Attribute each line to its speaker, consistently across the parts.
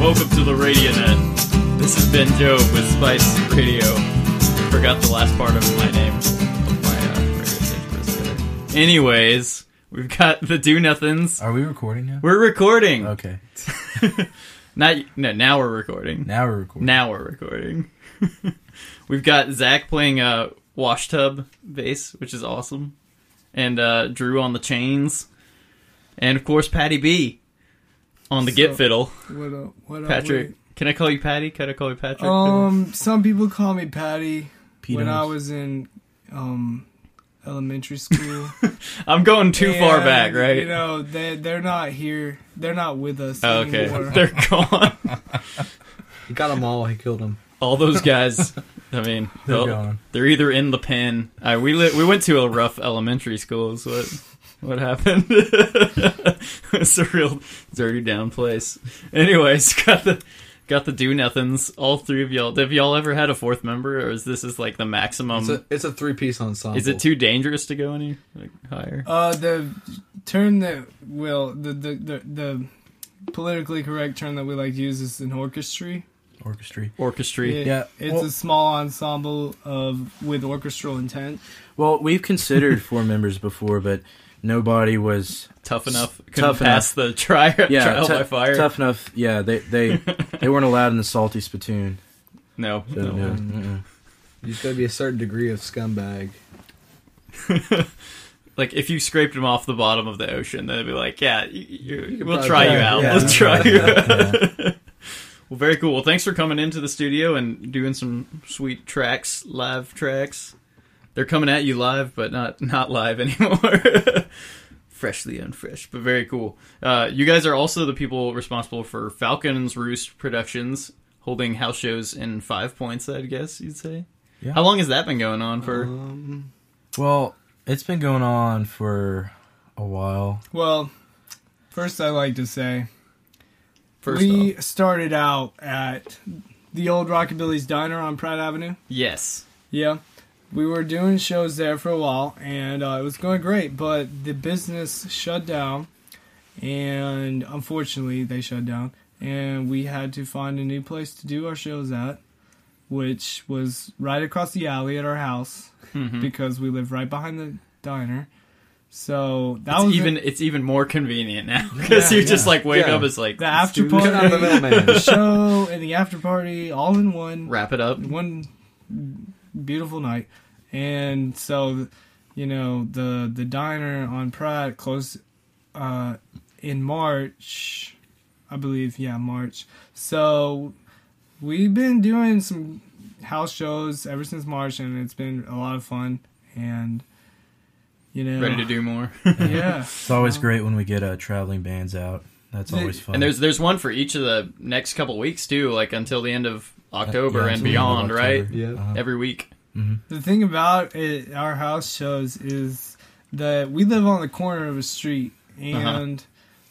Speaker 1: Welcome to the RadioNet. This has been Joe with Spice Radio. Forgot the last part of my name. Of my uh, radio station for a second. Anyways, we've got the Do Nothings.
Speaker 2: Are we recording now?
Speaker 1: We're recording.
Speaker 2: Okay.
Speaker 1: Not no. Now we're recording.
Speaker 2: Now we're recording.
Speaker 1: Now we're recording. We've got Zach playing uh, washtub bass, which is awesome, and uh, Drew on the chains, and of course Patty B on the git
Speaker 3: So-
Speaker 1: fiddle.
Speaker 3: What up? What up?
Speaker 1: Patrick, can I call you Patty? Can I call you Patrick?
Speaker 3: Wade? Um, some people call me Patty.
Speaker 2: Pete
Speaker 3: when I
Speaker 2: Holmes.
Speaker 3: was in um elementary school,
Speaker 1: I'm going too far
Speaker 3: And,
Speaker 1: back, right?
Speaker 3: You know, they they're not here. They're not with us
Speaker 1: Oh, okay,
Speaker 3: anymore.
Speaker 1: they're gone.
Speaker 4: He got them all. He killed them.
Speaker 1: All those guys. I mean,
Speaker 2: They're
Speaker 1: they'll-
Speaker 2: gone.
Speaker 1: They're either in the pen. Uh, we li- we went to a rough elementary school. Is what what happened? it's a real dirty down place. Anyways, got the got the do nothings. All three of y'all. Have y'all ever had a fourth member, or is this is like the maximum?
Speaker 4: It's a it's a three piece ensemble.
Speaker 2: Oh.
Speaker 1: is it too dangerous to go any like, higher?
Speaker 3: Uh, the term that will the the the. the politically correct term that we like to use is an orchestra
Speaker 2: Orchestra.
Speaker 1: Orchestra.
Speaker 3: It-
Speaker 2: Yeah,
Speaker 3: it's
Speaker 2: well-
Speaker 3: a small ensemble of with orchestral intent
Speaker 2: Well, we've considered four members before, but nobody was
Speaker 1: Tough enough. Couldn't
Speaker 2: Tough
Speaker 1: pass the tri-
Speaker 2: yeah
Speaker 1: trial
Speaker 2: tou-
Speaker 1: by fire.
Speaker 2: tough enough. Yeah, they they they weren't allowed in the salty spittoon.
Speaker 1: No.
Speaker 2: So,
Speaker 1: no.
Speaker 2: no, mm-mm.
Speaker 4: You just gotta be a certain degree of scumbag.
Speaker 1: Like if you scraped them off the bottom of the ocean, they'd be like, "Yeah, you, you,
Speaker 4: You could
Speaker 1: we'll
Speaker 4: probably
Speaker 1: try
Speaker 4: try
Speaker 1: you
Speaker 4: it.
Speaker 1: out.
Speaker 2: Yeah.
Speaker 1: we'll try you." out.
Speaker 2: Yeah.
Speaker 1: Well, very cool. Well, thanks for coming into the studio and doing some sweet tracks, live tracks. They're coming at you live, but not not live anymore. Freshly unfresh, but very cool. Uh, you guys are also the people responsible for Falcons Roost Productions, holding house shows in Five Points. I guess you'd say.
Speaker 2: Yeah.
Speaker 1: How long has that been going on for?
Speaker 3: Uh,
Speaker 4: Um,
Speaker 2: Well, it's been going on for a while.
Speaker 3: well first i like to say
Speaker 1: first
Speaker 3: we
Speaker 1: off,
Speaker 3: started out at the old Rockabilly's Diner on Pratt Avenue.
Speaker 1: yes.
Speaker 3: Yeah. We were doing shows there for a while and uh, it was going great, but the business shut down and unfortunately they shut down and we had to find a new place to do our shows at, which was right across the alley at our house
Speaker 1: Mhm.
Speaker 3: because we live right behind the diner. So that
Speaker 1: It's
Speaker 3: was
Speaker 1: even it's even more convenient now because you just like wake
Speaker 4: Yeah.
Speaker 1: up. It's like
Speaker 3: the
Speaker 1: let's
Speaker 3: after
Speaker 1: do-
Speaker 3: party,
Speaker 4: Cut out the middleman.
Speaker 3: the show, and the after party all in one.
Speaker 1: Wrap it up.
Speaker 3: one beautiful night and so you know the the diner on pratt closed uh in march i believe yeah march so we've been doing some house shows ever since march and it's been a lot of fun and you know
Speaker 1: Ready to do more.
Speaker 3: yeah
Speaker 2: It's always great when we get uh, traveling bands out. That's
Speaker 3: The-
Speaker 2: always fun.
Speaker 1: And there's there's one for each of the next couple weeks too, like until the end of October
Speaker 2: Yeah,
Speaker 1: and
Speaker 2: until the end
Speaker 1: beyond,
Speaker 2: of
Speaker 1: right?
Speaker 2: October.
Speaker 4: yeah.
Speaker 2: Uh-huh.
Speaker 1: Every week.
Speaker 3: The thing about it, our house shows is that we live on the corner of a street, and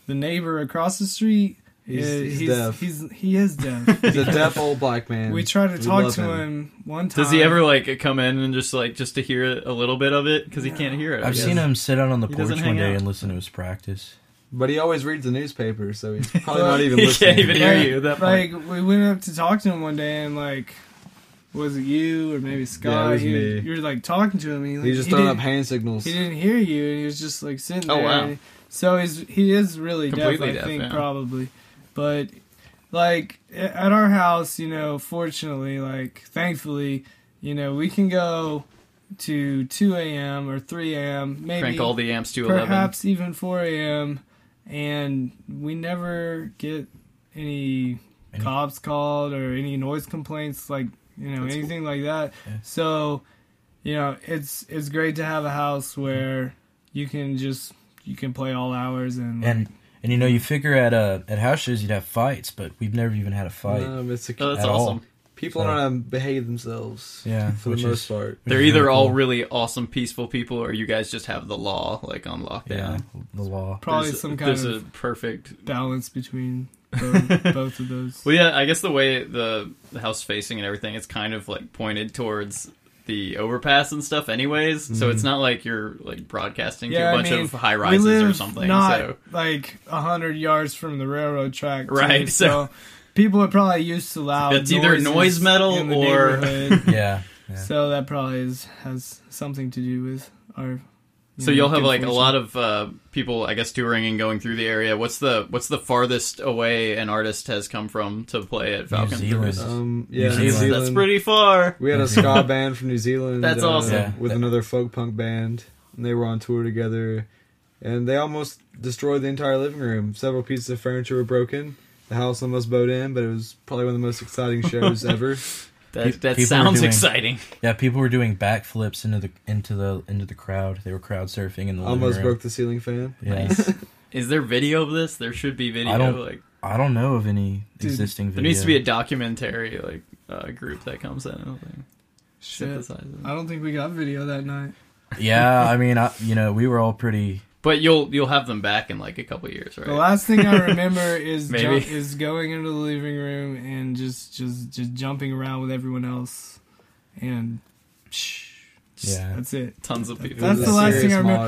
Speaker 3: the neighbor across the street
Speaker 4: He's-
Speaker 3: is
Speaker 4: he's
Speaker 3: he's,
Speaker 4: deaf.
Speaker 3: he's- he is deaf.
Speaker 4: He's a deaf old black man.
Speaker 3: we tried to
Speaker 4: We
Speaker 3: talk
Speaker 4: love
Speaker 3: to him. one time.
Speaker 1: Does he ever like come in and just like just to hear a little bit of it because he can't hear it? I
Speaker 2: I've
Speaker 1: guess.
Speaker 2: seen him sit out on the
Speaker 1: He
Speaker 2: porch
Speaker 1: doesn't hang
Speaker 2: one day
Speaker 1: out.
Speaker 2: and listen to his practice.
Speaker 4: But he always reads the newspaper, so he's probably not even
Speaker 1: He
Speaker 4: listening.
Speaker 1: can't even hear you at that point.
Speaker 3: Like we went up to talk to him one day, and like, was it you or maybe Scott?
Speaker 4: was
Speaker 3: you,
Speaker 4: me.
Speaker 3: you were like talking to him. And he, like,
Speaker 4: He's just
Speaker 3: he
Speaker 4: throwing up
Speaker 3: didn't-
Speaker 4: hand signals.
Speaker 3: He didn't hear you, and he was just like sitting
Speaker 1: Oh,
Speaker 3: there.
Speaker 1: wow.
Speaker 3: and- So he's he is really
Speaker 1: Completely
Speaker 3: deaf, I
Speaker 1: deaf,
Speaker 3: think
Speaker 1: yeah.
Speaker 3: probably, but like a- at our house, you know, fortunately, like thankfully, you know, we can go to two a.m. or three a.m. Maybe
Speaker 1: Crank all the amps to eleven.
Speaker 3: perhaps even four a.m. and we never get any,
Speaker 2: Any-
Speaker 3: cops called or any noise complaints, like you know
Speaker 1: That's cool.
Speaker 3: anything like that.
Speaker 2: Yeah.
Speaker 3: So, you know, it's it's great to have a house where you can just you can play all hours and,
Speaker 2: And and you know, you figure at uh, at house shows you'd have fights, but we've never even had a fight.
Speaker 4: No, but it's a,
Speaker 1: Oh, that's
Speaker 2: at all.
Speaker 1: awesome.
Speaker 4: people
Speaker 2: so-
Speaker 4: don't know how to behave themselves.
Speaker 2: Yeah,
Speaker 4: for
Speaker 2: which
Speaker 4: the
Speaker 2: is-
Speaker 4: most part.
Speaker 1: They're
Speaker 2: Yeah,
Speaker 1: either all
Speaker 2: cool.
Speaker 1: really awesome, peaceful people, or you guys just have the law like on lockdown.
Speaker 2: yeah, the law.
Speaker 3: probably
Speaker 1: There's-
Speaker 3: some kind
Speaker 1: there's
Speaker 3: of
Speaker 1: a perfect
Speaker 3: balance between both, both of those.
Speaker 1: Well, yeah, I guess the way the, the house facing and everything, it's kind of like pointed towards the overpass and stuff, anyways. So
Speaker 2: Mm-hmm.
Speaker 1: it's not like you're like broadcasting
Speaker 3: Yeah,
Speaker 1: to
Speaker 3: I
Speaker 1: a bunch
Speaker 3: mean,
Speaker 1: of high rises
Speaker 3: we live
Speaker 1: or something.
Speaker 3: not
Speaker 1: so
Speaker 3: like a hundred yards from the railroad track, too,
Speaker 1: Right,
Speaker 3: So, people are probably used to loud.
Speaker 1: It's either
Speaker 3: noises
Speaker 1: noise metal
Speaker 3: in the
Speaker 1: or-
Speaker 3: neighborhood,
Speaker 2: yeah. yeah.
Speaker 3: so that probably is, has something to do with our. you
Speaker 1: So
Speaker 3: know,
Speaker 1: you'll have like a
Speaker 3: conformation.
Speaker 1: lot of uh, people, I guess, touring and going through the area. What's the what's the farthest away an artist has come from to play at Falcon?
Speaker 2: Zealand.
Speaker 1: Crest?
Speaker 4: Um,
Speaker 2: New
Speaker 4: yeah, New
Speaker 2: Zealand.
Speaker 4: Zealand.
Speaker 1: That's pretty far.
Speaker 4: We had a
Speaker 2: New
Speaker 4: ska
Speaker 2: Zealand.
Speaker 4: band from New Zealand. uh,
Speaker 1: That's awesome.
Speaker 2: Yeah.
Speaker 4: With another folk punk band, and they were on tour together, and they almost destroyed the entire living room. Several pieces of furniture were broken. The house almost bowed in, but it was probably one of the most exciting shows ever.
Speaker 2: Pe-
Speaker 1: That, that
Speaker 2: people are
Speaker 1: sounds
Speaker 2: doing-
Speaker 1: exciting.
Speaker 2: Yeah, people were doing backflips into the into the into the crowd. They were crowd surfing in the living
Speaker 4: almost
Speaker 2: room.
Speaker 4: broke the ceiling fan.
Speaker 2: Yeah.
Speaker 1: Nice. Is there video of this? There should be video.
Speaker 2: I don't-
Speaker 1: like
Speaker 2: I don't know of any
Speaker 3: Dude,
Speaker 2: existing video.
Speaker 1: there needs to be a documentary like uh, group that comes in. I don't think.
Speaker 3: Shit.
Speaker 1: synthesizes it.
Speaker 3: I don't think we got video that night.
Speaker 2: yeah, I mean, I, you know, we were all pretty.
Speaker 1: But you'll you'll have them back in like a couple years, right?
Speaker 3: The last thing I remember is
Speaker 1: Maybe.
Speaker 3: jump, is going into the living room and just just just jumping around with everyone else, and psh, just-
Speaker 2: Yeah.
Speaker 3: that's it.
Speaker 1: Tons of
Speaker 4: It
Speaker 1: people.
Speaker 3: That's
Speaker 4: was
Speaker 3: the
Speaker 4: a
Speaker 3: last thing
Speaker 4: serious
Speaker 3: I remember.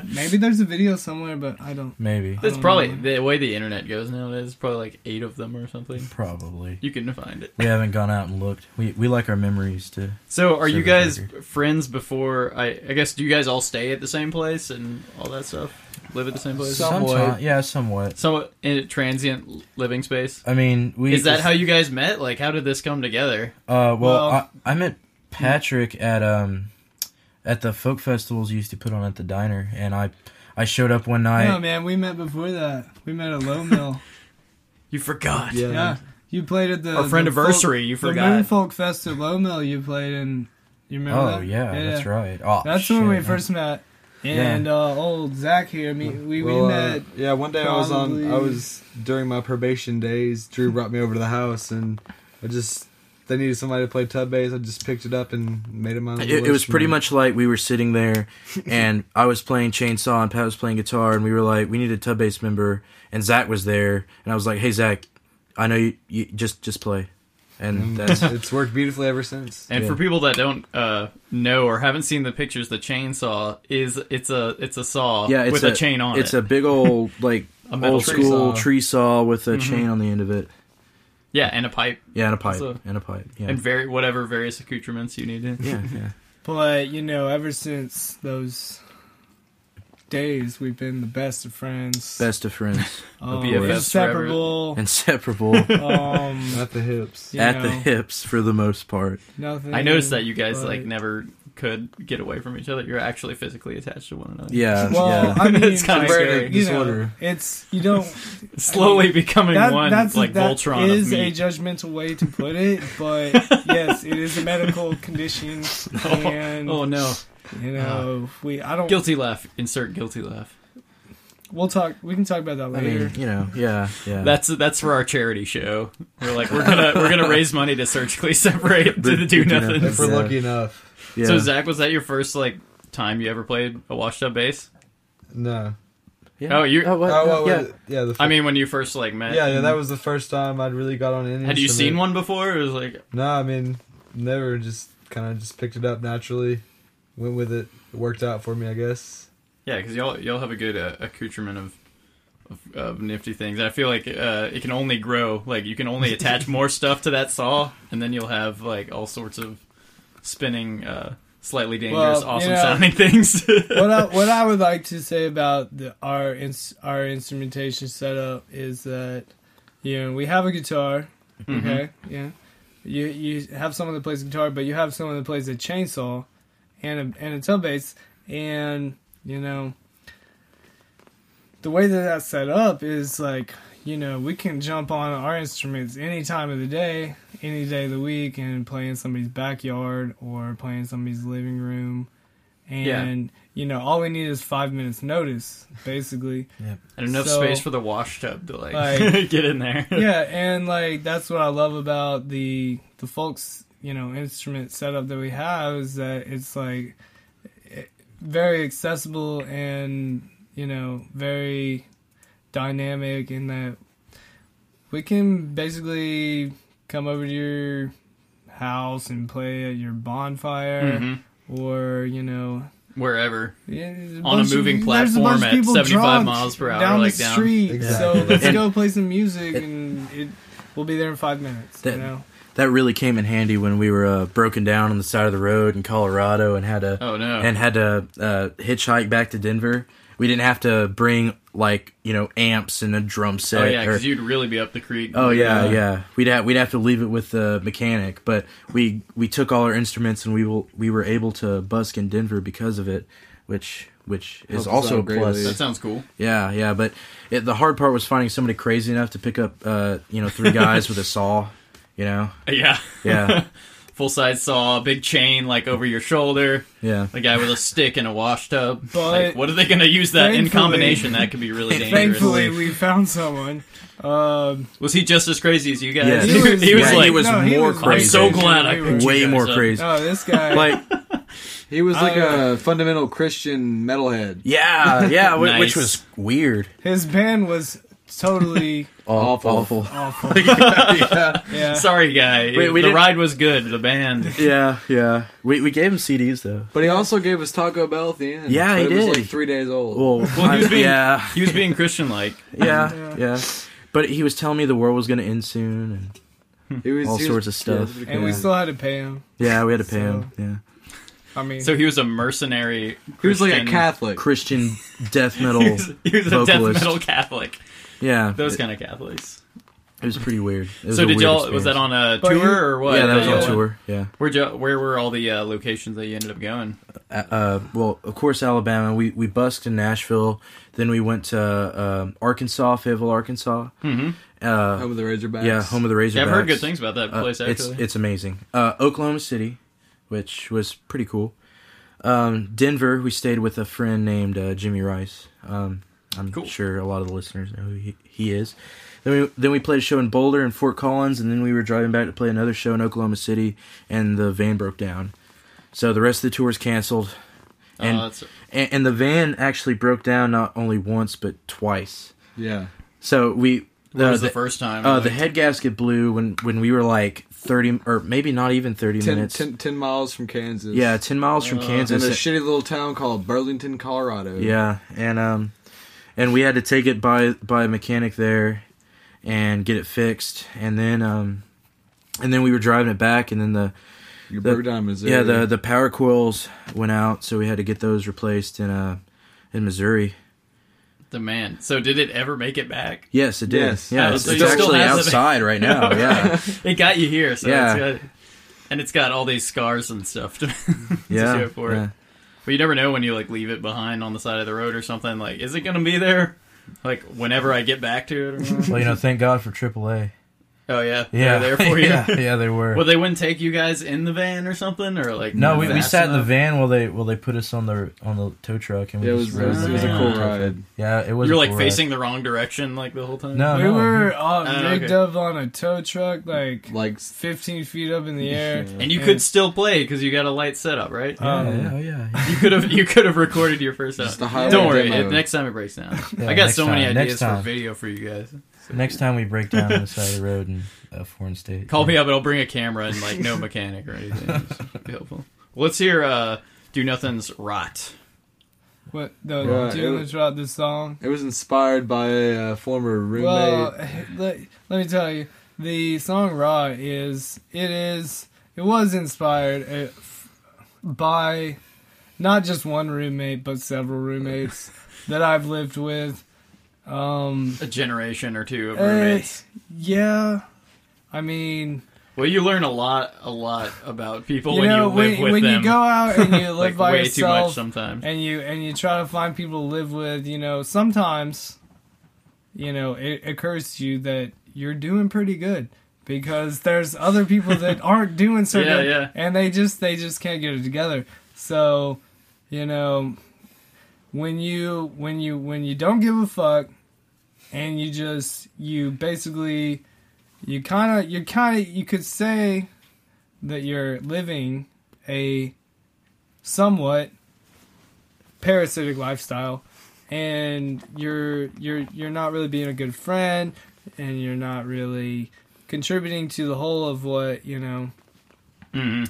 Speaker 4: mosh.
Speaker 3: Maybe there's a video somewhere, but I don't.
Speaker 2: Maybe,
Speaker 1: That's
Speaker 3: I don't
Speaker 1: probably
Speaker 3: know.
Speaker 1: the way the internet goes nowadays. Probably like eight of them or something.
Speaker 2: probably.
Speaker 1: You can find it.
Speaker 2: We haven't gone out and looked. We we like our memories to.
Speaker 1: So, are you
Speaker 2: Survey
Speaker 1: guys
Speaker 2: record.
Speaker 1: friends before? I, I guess do you guys all stay at the same place and all that stuff? Live at the same place?
Speaker 4: Some- Somewhat.
Speaker 2: Someti- yeah, somewhat.
Speaker 1: Somewhat in a transient living space.
Speaker 2: I mean, we
Speaker 1: Is that how you guys met? Like, how did this come together?
Speaker 2: Uh, well,
Speaker 3: Well- hmm.
Speaker 2: I, I met Patrick at um at the folk festivals you used to put on at the diner, and I I showed up one night.
Speaker 3: no, Oh, man, we met before that. We met at Low Mill.
Speaker 1: You forgot.
Speaker 4: Yeah.
Speaker 3: yeah, you played at the
Speaker 1: Our
Speaker 3: the
Speaker 1: friend
Speaker 3: folk-
Speaker 1: anniversary. You
Speaker 3: the
Speaker 1: forgot.
Speaker 3: Moonfolk Fest at Low Mill. You played in. You remember?
Speaker 2: oh
Speaker 3: that?
Speaker 2: yeah, that's right. Oh,
Speaker 3: That's when we
Speaker 2: shit,
Speaker 3: first met. And uh, old Zach here, me, we, we
Speaker 4: Well, uh,
Speaker 3: met.
Speaker 4: yeah, one day I was on. I
Speaker 3: probably-
Speaker 4: was during my probation days. Drew brought me over to the house, and I just they needed somebody to play tub bass. I just picked it up and made it my. own
Speaker 2: It, it was
Speaker 4: list,
Speaker 2: pretty
Speaker 4: and-
Speaker 2: much like we were sitting there, and I was playing chainsaw and Pat was playing guitar, and we were like, we need a tub bass member, and Zach was there, and I was like, hey Zach, I know you, you just just play, and
Speaker 3: Mm.
Speaker 4: And
Speaker 2: that's
Speaker 4: it's worked beautifully ever since.
Speaker 1: And for
Speaker 2: Yeah.
Speaker 1: people that don't uh, know or haven't seen the pictures, the chainsaw is it's a it's a saw
Speaker 2: yeah, it's
Speaker 1: with a, chain on
Speaker 2: It's
Speaker 1: it.
Speaker 2: a big old like
Speaker 1: A metal
Speaker 2: old
Speaker 1: tree
Speaker 2: school
Speaker 4: saw.
Speaker 2: tree saw with
Speaker 3: Mm-hmm.
Speaker 2: a chain on the end of it.
Speaker 1: yeah, and a pipe
Speaker 2: Yeah, and a pipe,
Speaker 1: So-
Speaker 2: and a pipe. Yeah,
Speaker 1: and very whatever various accoutrements you need. To.
Speaker 2: yeah, yeah.
Speaker 3: But, you know, ever since those days, we've been the best of friends.
Speaker 2: Best of friends,
Speaker 3: Um,
Speaker 1: BFFs forever.
Speaker 3: inseparable.
Speaker 2: inseparable
Speaker 3: um,
Speaker 4: At the hips.
Speaker 3: you
Speaker 2: at
Speaker 3: know,
Speaker 2: the hips for the most part.
Speaker 3: Nothing.
Speaker 1: I noticed that you guys
Speaker 3: but-
Speaker 1: like never could get away from each other. You're actually physically attached to one another.
Speaker 2: Yeah,
Speaker 3: Well,
Speaker 2: yeah.
Speaker 3: I mean,
Speaker 1: It's kind of
Speaker 3: like,
Speaker 1: murder,
Speaker 3: you know,
Speaker 4: disorder.
Speaker 3: it's you don't
Speaker 1: slowly becoming
Speaker 3: that,
Speaker 1: one
Speaker 3: that's
Speaker 1: like
Speaker 3: that
Speaker 1: Voltron
Speaker 3: is
Speaker 1: of
Speaker 3: a
Speaker 1: meat.
Speaker 3: judgmental way to put it, but yes, it is a medical condition, and
Speaker 1: oh no,
Speaker 3: you know we I don't
Speaker 1: guilty laugh. Insert guilty laugh.
Speaker 3: We'll talk. We can talk about that
Speaker 2: I
Speaker 3: later.
Speaker 2: mean, you know, yeah, yeah.
Speaker 1: That's that's for our charity show. We're like we're gonna we're gonna raise money to surgically separate to the do
Speaker 4: If
Speaker 1: nothing.
Speaker 4: we're
Speaker 2: Yeah.
Speaker 4: lucky enough.
Speaker 2: yeah.
Speaker 1: So Zach, was that your first like time you ever played a washed up bass?
Speaker 4: No.
Speaker 2: Yeah.
Speaker 1: Oh, you-
Speaker 2: what?
Speaker 4: oh, well,
Speaker 2: yeah.
Speaker 4: well, yeah. The fir-
Speaker 1: I mean, when you first like met.
Speaker 4: yeah, yeah. That was the first time I'd really got on any.
Speaker 1: Had you seen
Speaker 4: instrument.
Speaker 1: one before? It was like
Speaker 4: No, I mean, never. Just kind of just picked it up naturally. Went with it. It worked out for me, I guess.
Speaker 1: yeah, because y'all y'all have a good uh, accoutrement of. Of, of nifty things, and I feel like uh, it can only grow. Like you can only attach more stuff to that saw, and then you'll have like all sorts of spinning, uh, slightly dangerous,
Speaker 3: Well, you
Speaker 1: awesome
Speaker 3: know-
Speaker 1: sounding things.
Speaker 3: what I, what I would like to say about the, our ins, our instrumentation setup is that you know we have a guitar,
Speaker 1: Mm-hmm.
Speaker 3: okay, yeah. You you have someone that plays guitar, but you have someone that plays a chainsaw, and a and a tub bass, and you know the way that that's set up is like you know we can jump on our instruments any time of the day, any day of the week, and play in somebody's backyard or play in somebody's living room. And you know, all we need is five minutes notice, basically.
Speaker 1: and enough
Speaker 3: So-
Speaker 1: space for the wash tub to like,
Speaker 3: Like-
Speaker 1: get in there.
Speaker 3: yeah, and like that's what I love about the the folks, you know, instrument setup that we have is that it's like eh, very accessible and you know very dynamic in that we can basically come over to your house and play at your bonfire
Speaker 1: Mhm.
Speaker 3: or you know
Speaker 1: Wherever.
Speaker 3: Yeah, there's
Speaker 1: On a
Speaker 3: bunch
Speaker 1: moving
Speaker 3: there's
Speaker 1: platform
Speaker 3: bunch of
Speaker 1: at
Speaker 3: people
Speaker 1: 75
Speaker 3: drunk
Speaker 1: miles per hour,
Speaker 3: down
Speaker 1: like
Speaker 3: the
Speaker 1: down-
Speaker 3: street.
Speaker 4: Exactly.
Speaker 3: So let's
Speaker 2: And-
Speaker 3: go play some music, and it We'll be there in five minutes.
Speaker 2: That-
Speaker 3: you know,
Speaker 2: That really came in handy when we were uh, broken down on the side of the road in Colorado and had to
Speaker 1: Oh no.
Speaker 2: and had to uh, hitchhike back to Denver. We didn't have to bring like you know amps and a drum set.
Speaker 1: oh yeah,
Speaker 2: or-
Speaker 1: because you'd really be up the creek.
Speaker 2: Oh yeah,
Speaker 1: Uh,
Speaker 2: yeah. We'd have we'd have to leave it with the mechanic, but we we took all our instruments and we will we were able to busk in Denver because of it, which which
Speaker 4: Helps
Speaker 2: is
Speaker 4: us
Speaker 2: also a
Speaker 4: out greatly.
Speaker 2: plus.
Speaker 1: That sounds cool.
Speaker 2: Yeah, yeah. But it, the hard part was finding somebody crazy enough to pick up uh you know three guys with a saw, you know.
Speaker 1: Yeah.
Speaker 2: Yeah.
Speaker 1: Full size saw, big chain like over your shoulder,
Speaker 2: Yeah.
Speaker 1: the guy with a stick and a wash tub.
Speaker 3: But-
Speaker 1: like, what are they going to use that in
Speaker 3: Thankfully-
Speaker 1: combination? That could be really dangerous.
Speaker 3: thankfully we found someone. Um,
Speaker 1: Was he just as crazy as you guys?
Speaker 2: Yes.
Speaker 1: He was,
Speaker 2: He was
Speaker 1: like,
Speaker 2: he was more
Speaker 1: I'm
Speaker 2: crazy.
Speaker 1: so glad I
Speaker 3: We
Speaker 1: picked
Speaker 3: were-
Speaker 1: you
Speaker 2: Way
Speaker 1: guys
Speaker 2: more
Speaker 1: up.
Speaker 2: crazy.
Speaker 3: Oh, this guy.
Speaker 2: Like
Speaker 4: He was like
Speaker 3: Uh,
Speaker 4: a fundamental Christian metalhead.
Speaker 2: yeah, yeah, whi-
Speaker 1: Nice.
Speaker 2: which was weird.
Speaker 3: his band was totally
Speaker 2: Awful.
Speaker 3: awful.
Speaker 4: yeah.
Speaker 3: Yeah.
Speaker 1: Sorry, guy.
Speaker 2: Wait, we
Speaker 1: the
Speaker 2: didn't-
Speaker 1: ride was good. The band.
Speaker 2: Yeah, yeah. We we gave him CDs though.
Speaker 4: But he also gave us Taco Bell at the end.
Speaker 2: Yeah,
Speaker 4: but
Speaker 2: he
Speaker 4: it
Speaker 2: did.
Speaker 4: was like three days old.
Speaker 2: Well,
Speaker 1: he was
Speaker 2: I-
Speaker 1: being-
Speaker 2: yeah.
Speaker 1: He was being Christian like.
Speaker 2: yeah,
Speaker 3: Yeah.
Speaker 2: yeah, But he was telling me the world was going to end soon, and
Speaker 4: He was,
Speaker 2: all
Speaker 4: he
Speaker 2: sorts of
Speaker 4: was-
Speaker 2: stuff.
Speaker 4: yeah, that's pretty
Speaker 3: and we
Speaker 4: cool.
Speaker 3: still had to pay him.
Speaker 2: yeah, we had to pay
Speaker 3: So-
Speaker 2: him. Yeah,
Speaker 3: I mean,
Speaker 1: So he was a mercenary. Christian,
Speaker 4: he was like a Catholic.
Speaker 2: Christian death
Speaker 1: He
Speaker 2: metal.
Speaker 1: was, he was a death
Speaker 2: vocalist.
Speaker 1: metal Catholic.
Speaker 2: Yeah,
Speaker 1: Those
Speaker 2: it,
Speaker 1: kind of Catholics.
Speaker 2: it was pretty weird. It was
Speaker 1: So
Speaker 2: a
Speaker 1: did
Speaker 2: weird
Speaker 1: y'all? Was that
Speaker 2: experience.
Speaker 1: on a
Speaker 3: But
Speaker 1: tour
Speaker 3: you-
Speaker 1: or what?
Speaker 2: Yeah, that was
Speaker 1: Uh,
Speaker 2: on tour. Yeah.
Speaker 1: Where'd you, where were all the uh, locations that you ended up going?
Speaker 2: Uh, uh, well, of course, Alabama. We we busked in Nashville. Then we went to uh, Arkansas, Fayetteville, Arkansas.
Speaker 1: Mm-hmm.
Speaker 2: Uh,
Speaker 4: Home of the Razorbacks.
Speaker 2: yeah, home of the Razorbacks.
Speaker 1: Yeah, I've heard good things about that
Speaker 2: Uh,
Speaker 1: place.
Speaker 2: it's
Speaker 1: actually,
Speaker 2: it's amazing. Uh, Oklahoma City, which was pretty cool. Um, Denver, we stayed with a friend named uh, Jimmy Rice. Um, I'm
Speaker 1: Cool.
Speaker 2: sure a lot of the listeners know who he, he is. Then we then we played a show in Boulder and Fort Collins, and then we were driving back to play another show in Oklahoma City, and the van broke down. So the rest of the tour is canceled, and,
Speaker 1: oh, that's,
Speaker 2: and and the van actually broke down not only once but twice.
Speaker 4: Yeah.
Speaker 2: So we
Speaker 1: that
Speaker 2: uh,
Speaker 1: was the,
Speaker 2: the-
Speaker 1: first time.
Speaker 2: uh,
Speaker 1: like-
Speaker 2: the head gasket blew when when we were like thirty or maybe not even thirty
Speaker 4: 10,
Speaker 2: minutes.
Speaker 4: 10 10 miles from Kansas.
Speaker 2: yeah, ten miles from
Speaker 1: Uh,
Speaker 4: In a
Speaker 2: Kansas.
Speaker 4: shitty little town called Burlington, Colorado.
Speaker 2: yeah, and um, and we had to take it by by a mechanic there, and get it fixed, and then um, and then we were driving it back, and then the
Speaker 4: You
Speaker 2: The-
Speaker 4: broke down Missouri.
Speaker 2: yeah the the power coils went out, so we had to get those replaced in uh in Missouri.
Speaker 1: the man. So did it ever make it back?
Speaker 2: Yes, it did.
Speaker 4: Yes.
Speaker 2: Yeah,
Speaker 1: Oh,
Speaker 2: it's,
Speaker 1: so
Speaker 2: it's
Speaker 1: you still
Speaker 2: actually
Speaker 1: have the-
Speaker 2: outside right now. Yeah,
Speaker 1: It got you here. So
Speaker 2: Yeah.
Speaker 1: it's got, and it's got all these scars and stuff. To,
Speaker 2: yeah,
Speaker 1: show for it.
Speaker 2: yeah.
Speaker 1: but you never know when you like leave it behind on the side of the road or something. Like, is it gonna be there? Like whenever I get back to it. Or not?
Speaker 2: Well, you know, thank God for AAA.
Speaker 1: oh yeah,
Speaker 2: Yeah,
Speaker 1: they're there for you.
Speaker 2: yeah, yeah, they were.
Speaker 1: Well, they wouldn't take you guys in the van or something, or like
Speaker 2: No, we, we
Speaker 1: fast
Speaker 2: sat in the
Speaker 1: enough?
Speaker 2: van while they while they put us on the on the tow truck and we
Speaker 4: Yeah, it
Speaker 2: just
Speaker 4: was, it
Speaker 2: rode
Speaker 4: was,
Speaker 2: the
Speaker 4: it was a
Speaker 2: van.
Speaker 4: cool
Speaker 1: Yeah.
Speaker 4: ride.
Speaker 2: Yeah, it was.
Speaker 1: You
Speaker 2: a
Speaker 1: were like
Speaker 2: cool
Speaker 1: facing the wrong direction like the whole time.
Speaker 2: Ride. No,
Speaker 3: we
Speaker 2: no.
Speaker 3: were all
Speaker 1: Oh,
Speaker 3: rigged
Speaker 1: okay.
Speaker 3: up on a tow truck, like
Speaker 4: Like,
Speaker 3: 15 feet up in the air.
Speaker 4: Yeah.
Speaker 1: and you
Speaker 3: Yeah.
Speaker 1: could still play because you got a light setup, right?
Speaker 2: Yeah,
Speaker 3: Um,
Speaker 2: yeah, oh, yeah, yeah.
Speaker 1: You could have you could have recorded your first
Speaker 4: Just
Speaker 1: album.
Speaker 4: a highway
Speaker 1: Don't worry,
Speaker 4: demo.
Speaker 1: it, next time it breaks down.
Speaker 2: Yeah,
Speaker 1: I got
Speaker 2: next
Speaker 1: so many
Speaker 2: time,
Speaker 1: ideas
Speaker 2: next
Speaker 1: for
Speaker 2: time.
Speaker 1: video for you guys. So-
Speaker 2: Next time we break down on the side of the road in a foreign state.
Speaker 1: Call me up and I'll bring a camera and like no mechanic or anything. Just Be helpful. Well, let's hear uh, "Do Nothing's Rot."
Speaker 3: What the
Speaker 4: Yeah,
Speaker 3: dude
Speaker 4: it
Speaker 3: that
Speaker 4: was-
Speaker 3: dropped this song?
Speaker 4: it was inspired by a uh, former roommate.
Speaker 3: Well, let, let me tell you, the song "Raw" is it is it was inspired uh, f- by not just one roommate but several roommates that I've lived with. Um,
Speaker 1: A generation or two of
Speaker 3: eh,
Speaker 1: roommates.
Speaker 3: yeah, I mean,
Speaker 1: well, you learn a lot, a lot about people
Speaker 3: you
Speaker 1: when
Speaker 3: know,
Speaker 1: you
Speaker 3: when,
Speaker 1: live with
Speaker 3: when
Speaker 1: them.
Speaker 3: you go out and you live
Speaker 1: like
Speaker 3: by
Speaker 1: way too much
Speaker 3: yourself,
Speaker 1: sometimes.
Speaker 3: and you and you try to find people to live with you know sometimes you know it occurs to you that you're doing pretty good because there's other people that aren't doing so
Speaker 1: Yeah,
Speaker 3: good
Speaker 1: yeah.
Speaker 3: and they just they just can't get it together so you know when you when you when you don't give a fuck and you just you basically you kind of you kind of you could say that you're living a somewhat parasitic lifestyle and you're you're you're not really being a good friend and you're not really contributing to the whole of what you know
Speaker 1: hmm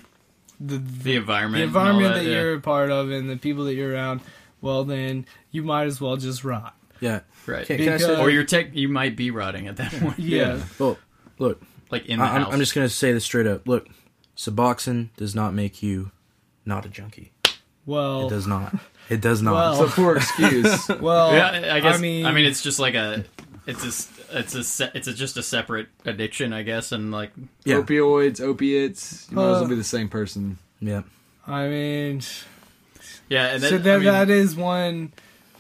Speaker 3: the the,
Speaker 1: The environment, and all
Speaker 3: environment that,
Speaker 1: that, yeah.
Speaker 3: you're a part of and the people that you're around well then you might as well just rot
Speaker 2: Yeah.
Speaker 1: Right.
Speaker 2: Can- can I say-
Speaker 3: Because-
Speaker 1: or your tech, you might be rotting at that point.
Speaker 3: yeah
Speaker 2: Well, Look,
Speaker 1: Like in the
Speaker 2: I, am
Speaker 1: house.
Speaker 2: I'm just gonna say this straight up. Look, Suboxone does not make you not a junkie. It
Speaker 3: Well,
Speaker 2: does not. It does not.
Speaker 3: Well-
Speaker 4: It's a poor excuse.
Speaker 3: well,
Speaker 1: yeah, I guess.
Speaker 3: I mean,
Speaker 1: I mean, it's just like a, it's a, s- it's a, se- it's a, just a separate addiction, I guess, and like
Speaker 2: yeah,
Speaker 4: Opioids, opiates. You might as
Speaker 3: Uh,
Speaker 4: well be the same person.
Speaker 2: yeah.
Speaker 3: I mean,
Speaker 1: yeah. And then,
Speaker 3: so
Speaker 1: I
Speaker 3: that,
Speaker 1: mean,
Speaker 3: that is one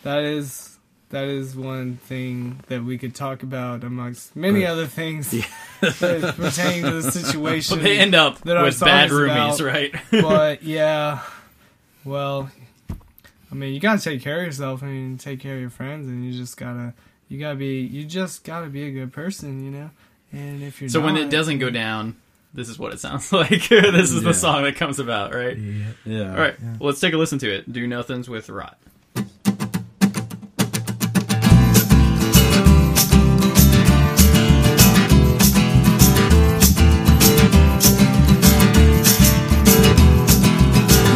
Speaker 3: that is that is one thing that we could talk about amongst many
Speaker 2: Right.
Speaker 3: other things
Speaker 2: Yeah.
Speaker 3: that pertain to the situation.
Speaker 1: but they end up
Speaker 3: that our
Speaker 1: with
Speaker 3: song
Speaker 1: bad
Speaker 3: is
Speaker 1: roomies,
Speaker 3: about-
Speaker 1: right?
Speaker 3: but yeah, well, I mean, you gotta take care of yourself and take care of your friends, and you just gotta, you gotta be, you just gotta be a good person, you know. And if you're
Speaker 1: so when
Speaker 3: not-
Speaker 1: it doesn't go down, this is what it sounds like. this is
Speaker 4: Yeah.
Speaker 1: the song that comes about, right?
Speaker 4: Yeah.
Speaker 1: All right, well, let's take a listen to it. Do nothings with rot.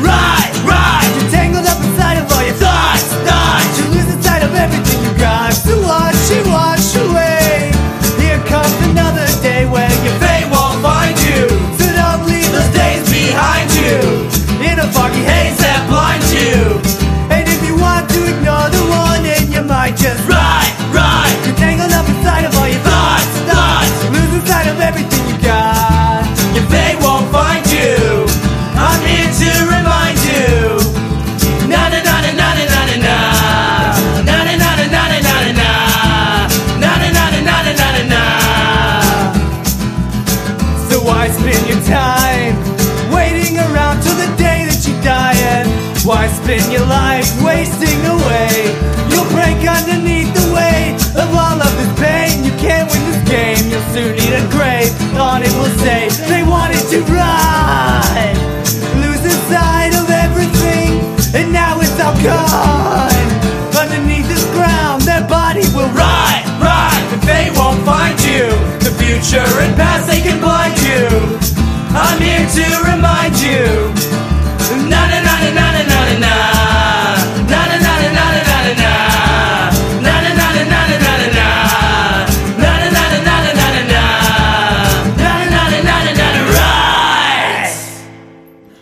Speaker 5: Right, right, you're tangled up inside of all your thoughts, thoughts. You're losing sight of everything you got. To watch you wash away. Here comes another day where your fate won't find you. So don't leave those days behind you. In a foggy haze that blinds you. And if you want to ignore the warning, you might just right, right. You're tangled up inside of all your thoughts, thoughts. Losing sight of everything you got. Your fate won't find you. I'm here to remind you. Na na na na na na na na na. Na na na na na na na na na. Na na na na na na na na na. So why spend your time waiting around till the day that you die? And why spend your life wasting away? You'll break underneath the weight of all of this pain. You can't win this game. You'll soon need a grave. On it will say they wanted to ride, losing sight of everything, and now it's all gone. Underneath this ground, their body will rot, rot, but they won't find you. The future and past they can blind you. I'm here to remind you. Na na na na na na na na. Na na na na na na na na. Na na na na na na na na. Na na na na na na na na. Na na na na na na na. Right.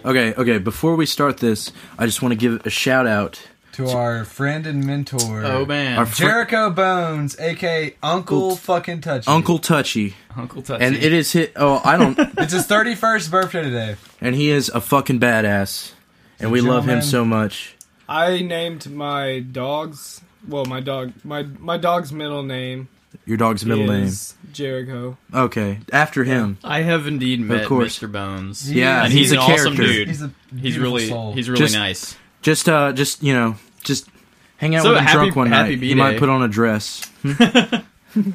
Speaker 2: Okay, okay. Before we start this, I just want to give a shout out.
Speaker 4: To our friend and mentor.
Speaker 1: Oh man,
Speaker 2: Our fr-
Speaker 4: Jericho Bones, aka Uncle
Speaker 2: Uncle-
Speaker 4: fucking Touchy.
Speaker 2: Uncle Touchy,
Speaker 1: Uncle Touchy.
Speaker 2: and it is hit. Oh, I don't.
Speaker 4: It's his 31st birthday today.
Speaker 2: and he is a fucking badass, and we love him
Speaker 4: Gentleman.
Speaker 2: so much.
Speaker 3: I named my dogs. Well, my dog, my my dog's middle name
Speaker 2: Your dog's middle
Speaker 3: is Jericho.
Speaker 2: name. Okay, after him.
Speaker 1: I have indeed met
Speaker 2: course.
Speaker 1: Mr. Bones.
Speaker 4: He-
Speaker 2: Yeah,
Speaker 1: And he's an awesome
Speaker 2: character.
Speaker 1: dude.
Speaker 4: He's a
Speaker 1: He's
Speaker 4: beautiful
Speaker 1: really,
Speaker 4: soul.
Speaker 1: he's really
Speaker 2: Just-
Speaker 1: nice.
Speaker 2: Just uh, just you know, just hang out
Speaker 1: So,
Speaker 2: with him
Speaker 1: happy-
Speaker 2: drunk one
Speaker 1: happy
Speaker 2: night. He
Speaker 1: B-Day.
Speaker 2: might put on a dress.
Speaker 1: It's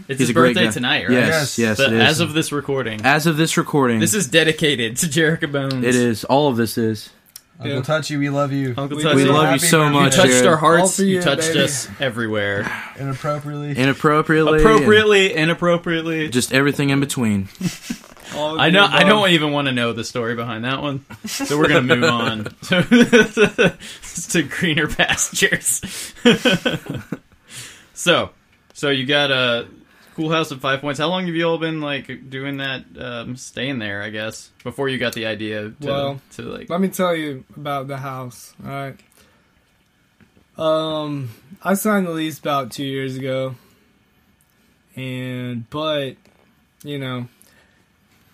Speaker 2: He's
Speaker 1: his
Speaker 2: a great
Speaker 1: birthday
Speaker 2: guy.
Speaker 1: tonight, right?
Speaker 2: Yes, yes.
Speaker 4: Yes.
Speaker 1: But
Speaker 2: it is.
Speaker 1: as of this recording,
Speaker 2: as of this recording,
Speaker 1: this is dedicated to Jericho Bones.
Speaker 2: it is all of this is.
Speaker 4: Uncle
Speaker 3: Yeah.
Speaker 4: Touchy, we love you.
Speaker 1: Uncle
Speaker 3: We
Speaker 1: Touchy.
Speaker 2: We
Speaker 4: That's
Speaker 2: love
Speaker 4: it.
Speaker 2: you
Speaker 4: Happy
Speaker 2: so
Speaker 4: birthday.
Speaker 1: You
Speaker 2: much,
Speaker 1: touched
Speaker 2: Jared.
Speaker 1: our hearts.
Speaker 3: for
Speaker 1: You,
Speaker 3: you,
Speaker 1: touched
Speaker 3: baby.
Speaker 1: us everywhere,
Speaker 4: Inappropriately.
Speaker 2: Inappropriately,
Speaker 1: appropriately, inappropriately.
Speaker 2: and just everything in between.
Speaker 3: All of
Speaker 1: I
Speaker 3: the
Speaker 1: know. I
Speaker 3: above.
Speaker 1: don't even want to know the story behind that one. So we're gonna move on to, to greener pastures. so, so you got a cool house at Five Points. How long have you all been like doing that, um, staying there? I guess before you got the idea to,
Speaker 3: Well,
Speaker 1: to like.
Speaker 3: Let me tell you about the house. All right. Um, I signed the lease about two years ago, and but you know,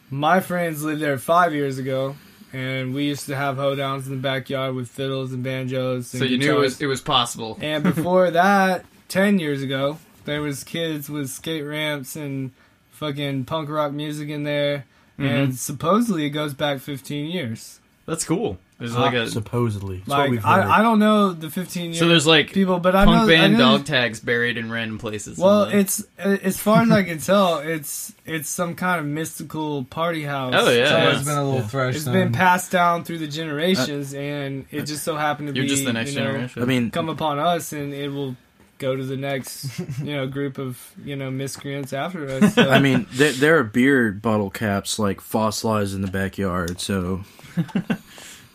Speaker 3: my friends lived there five years ago, and we used to have hoedowns in the backyard with fiddles and banjos. And
Speaker 1: So you knew it
Speaker 3: guitars.
Speaker 1: was it was possible.
Speaker 3: And before that, ten years ago, there was kids with skate ramps and fucking punk rock music in there,
Speaker 1: Mm-hmm.
Speaker 3: and supposedly it goes back fifteen years.
Speaker 1: That's cool. There's like a so
Speaker 2: Supposedly, That's what
Speaker 3: Like
Speaker 2: we've heard.
Speaker 3: I, I don't know the 15 year
Speaker 1: there's like
Speaker 3: people, but I
Speaker 1: punk
Speaker 3: know I
Speaker 1: band
Speaker 3: know-
Speaker 1: dog tags buried in random places.
Speaker 3: Well,
Speaker 1: And, uh,
Speaker 3: it's as far as I can tell, it's it's some kind of mystical party house.
Speaker 1: Oh, yeah,
Speaker 4: It's
Speaker 3: So
Speaker 4: always
Speaker 1: yeah.
Speaker 4: been a little thresh.
Speaker 3: It's been passed down through the generations, and it just so happened to
Speaker 1: Uh, you're
Speaker 3: be
Speaker 1: just the next
Speaker 3: you know,
Speaker 1: generation.
Speaker 2: I mean,
Speaker 3: come upon us, and it will go to the next you know group of you know miscreants after us. So,
Speaker 2: I mean, there, there are beer bottle caps like fossilized in the backyard. So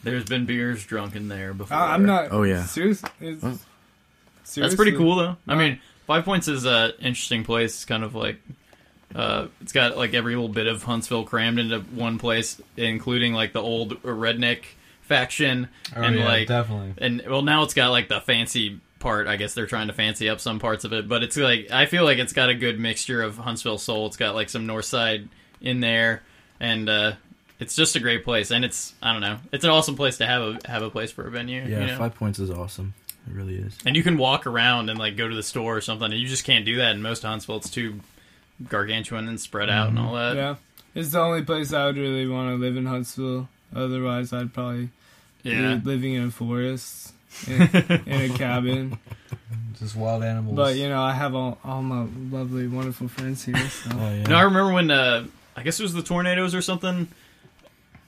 Speaker 1: there's been beers drunk in there before.
Speaker 3: I, am not.
Speaker 2: Oh, yeah.
Speaker 3: serious. it's-
Speaker 2: Oh.
Speaker 1: That's pretty
Speaker 3: seriously.
Speaker 1: cool though. I mean, Five Points is a interesting place. It's kind of like Uh, it's got like every little bit of Huntsville crammed into one place, including like the old redneck faction
Speaker 4: Oh,
Speaker 1: and
Speaker 4: yeah,
Speaker 1: like
Speaker 4: definitely.
Speaker 1: and well now it's got like the fancy part i guess they're trying to fancy up some parts of it but it's like i feel like it's got a good mixture of huntsville soul it's got like some north side in there and uh it's just a great place and it's i don't know it's an awesome place to have a have a place for a venue
Speaker 2: Yeah,
Speaker 1: you know?
Speaker 2: Five Points is awesome. It really is.
Speaker 1: and you can walk around and like go to the store or something and you just can't do that in most huntsville it's too gargantuan and spread out and all that
Speaker 3: yeah, it's the only place I would really want to live in Huntsville. Otherwise, I'd probably
Speaker 1: yeah
Speaker 3: be living in a forest, in, in a cabin.
Speaker 4: Just wild animals.
Speaker 3: But you know, I have all, all my lovely, wonderful friends here. So.
Speaker 2: Oh yeah.
Speaker 1: No, I remember when uh, I guess it was the tornadoes or something.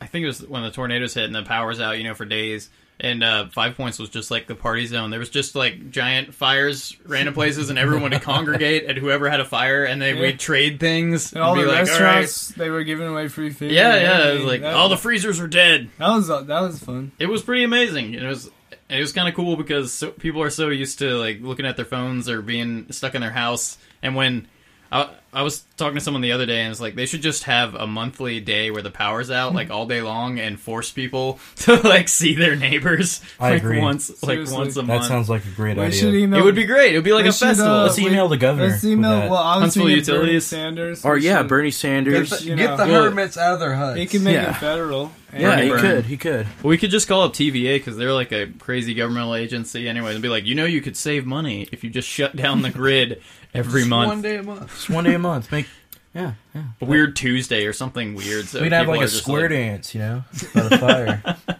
Speaker 1: I think it was when the tornadoes hit and the power's out, you know, for days. And uh, Five Points was just like the party zone. There was just like giant fires, random places, and everyone would congregate at whoever had a fire, and they
Speaker 3: Yeah.
Speaker 1: we'd trade things.
Speaker 3: And all
Speaker 1: and
Speaker 3: the
Speaker 1: be like,
Speaker 3: restaurants, they were giving away free
Speaker 1: "All
Speaker 3: food.
Speaker 1: right." Yeah,
Speaker 3: and
Speaker 1: yeah. It was
Speaker 3: everything.
Speaker 1: like
Speaker 3: that,
Speaker 1: all the freezers are dead.
Speaker 3: that was that was fun.
Speaker 1: It was pretty amazing. It was it was kind of cool because so, people are so used to like looking at their phones or being stuck in their house. And when I, I was talking to someone the other day, and it's like they should just have a monthly day where the power's out like all day long and force people to like see their neighbors
Speaker 2: I
Speaker 1: like
Speaker 2: agree.
Speaker 1: once
Speaker 3: Seriously.
Speaker 1: like once a
Speaker 2: that
Speaker 1: month.
Speaker 2: sounds like a great
Speaker 3: we
Speaker 2: idea.
Speaker 3: should email.
Speaker 1: it would be great. It would be like
Speaker 3: we
Speaker 1: a
Speaker 3: should, uh,
Speaker 1: festival.
Speaker 2: Let's email the governor.
Speaker 3: Let's email.
Speaker 2: with that.
Speaker 3: Well, I was
Speaker 1: Huntsville
Speaker 3: thinking Bernie
Speaker 1: Utilities.
Speaker 3: Sanders.
Speaker 2: or
Speaker 3: we
Speaker 2: yeah,
Speaker 3: should-
Speaker 2: Bernie
Speaker 4: get
Speaker 2: Sanders.
Speaker 4: the,
Speaker 3: you
Speaker 4: get
Speaker 3: know-
Speaker 4: the
Speaker 1: Well-
Speaker 4: hermits out of their huts.
Speaker 3: He can make
Speaker 2: Yeah.
Speaker 3: it federal. And
Speaker 2: yeah,
Speaker 1: Bernie
Speaker 2: he
Speaker 1: Burn.
Speaker 2: could. He could.
Speaker 1: we could just call up TVA because they're like a crazy governmental agency anyway, and be like, you know, you could save money if you just shut down the grid every
Speaker 4: Just
Speaker 1: month.
Speaker 4: One day a month.
Speaker 2: Just one day a month. Make. Yeah, yeah.
Speaker 1: a weird Tuesday or something weird. So
Speaker 2: We'd have
Speaker 1: people
Speaker 2: like
Speaker 1: are
Speaker 2: a
Speaker 1: just
Speaker 2: square
Speaker 1: like-
Speaker 2: dance, you know, by the fire.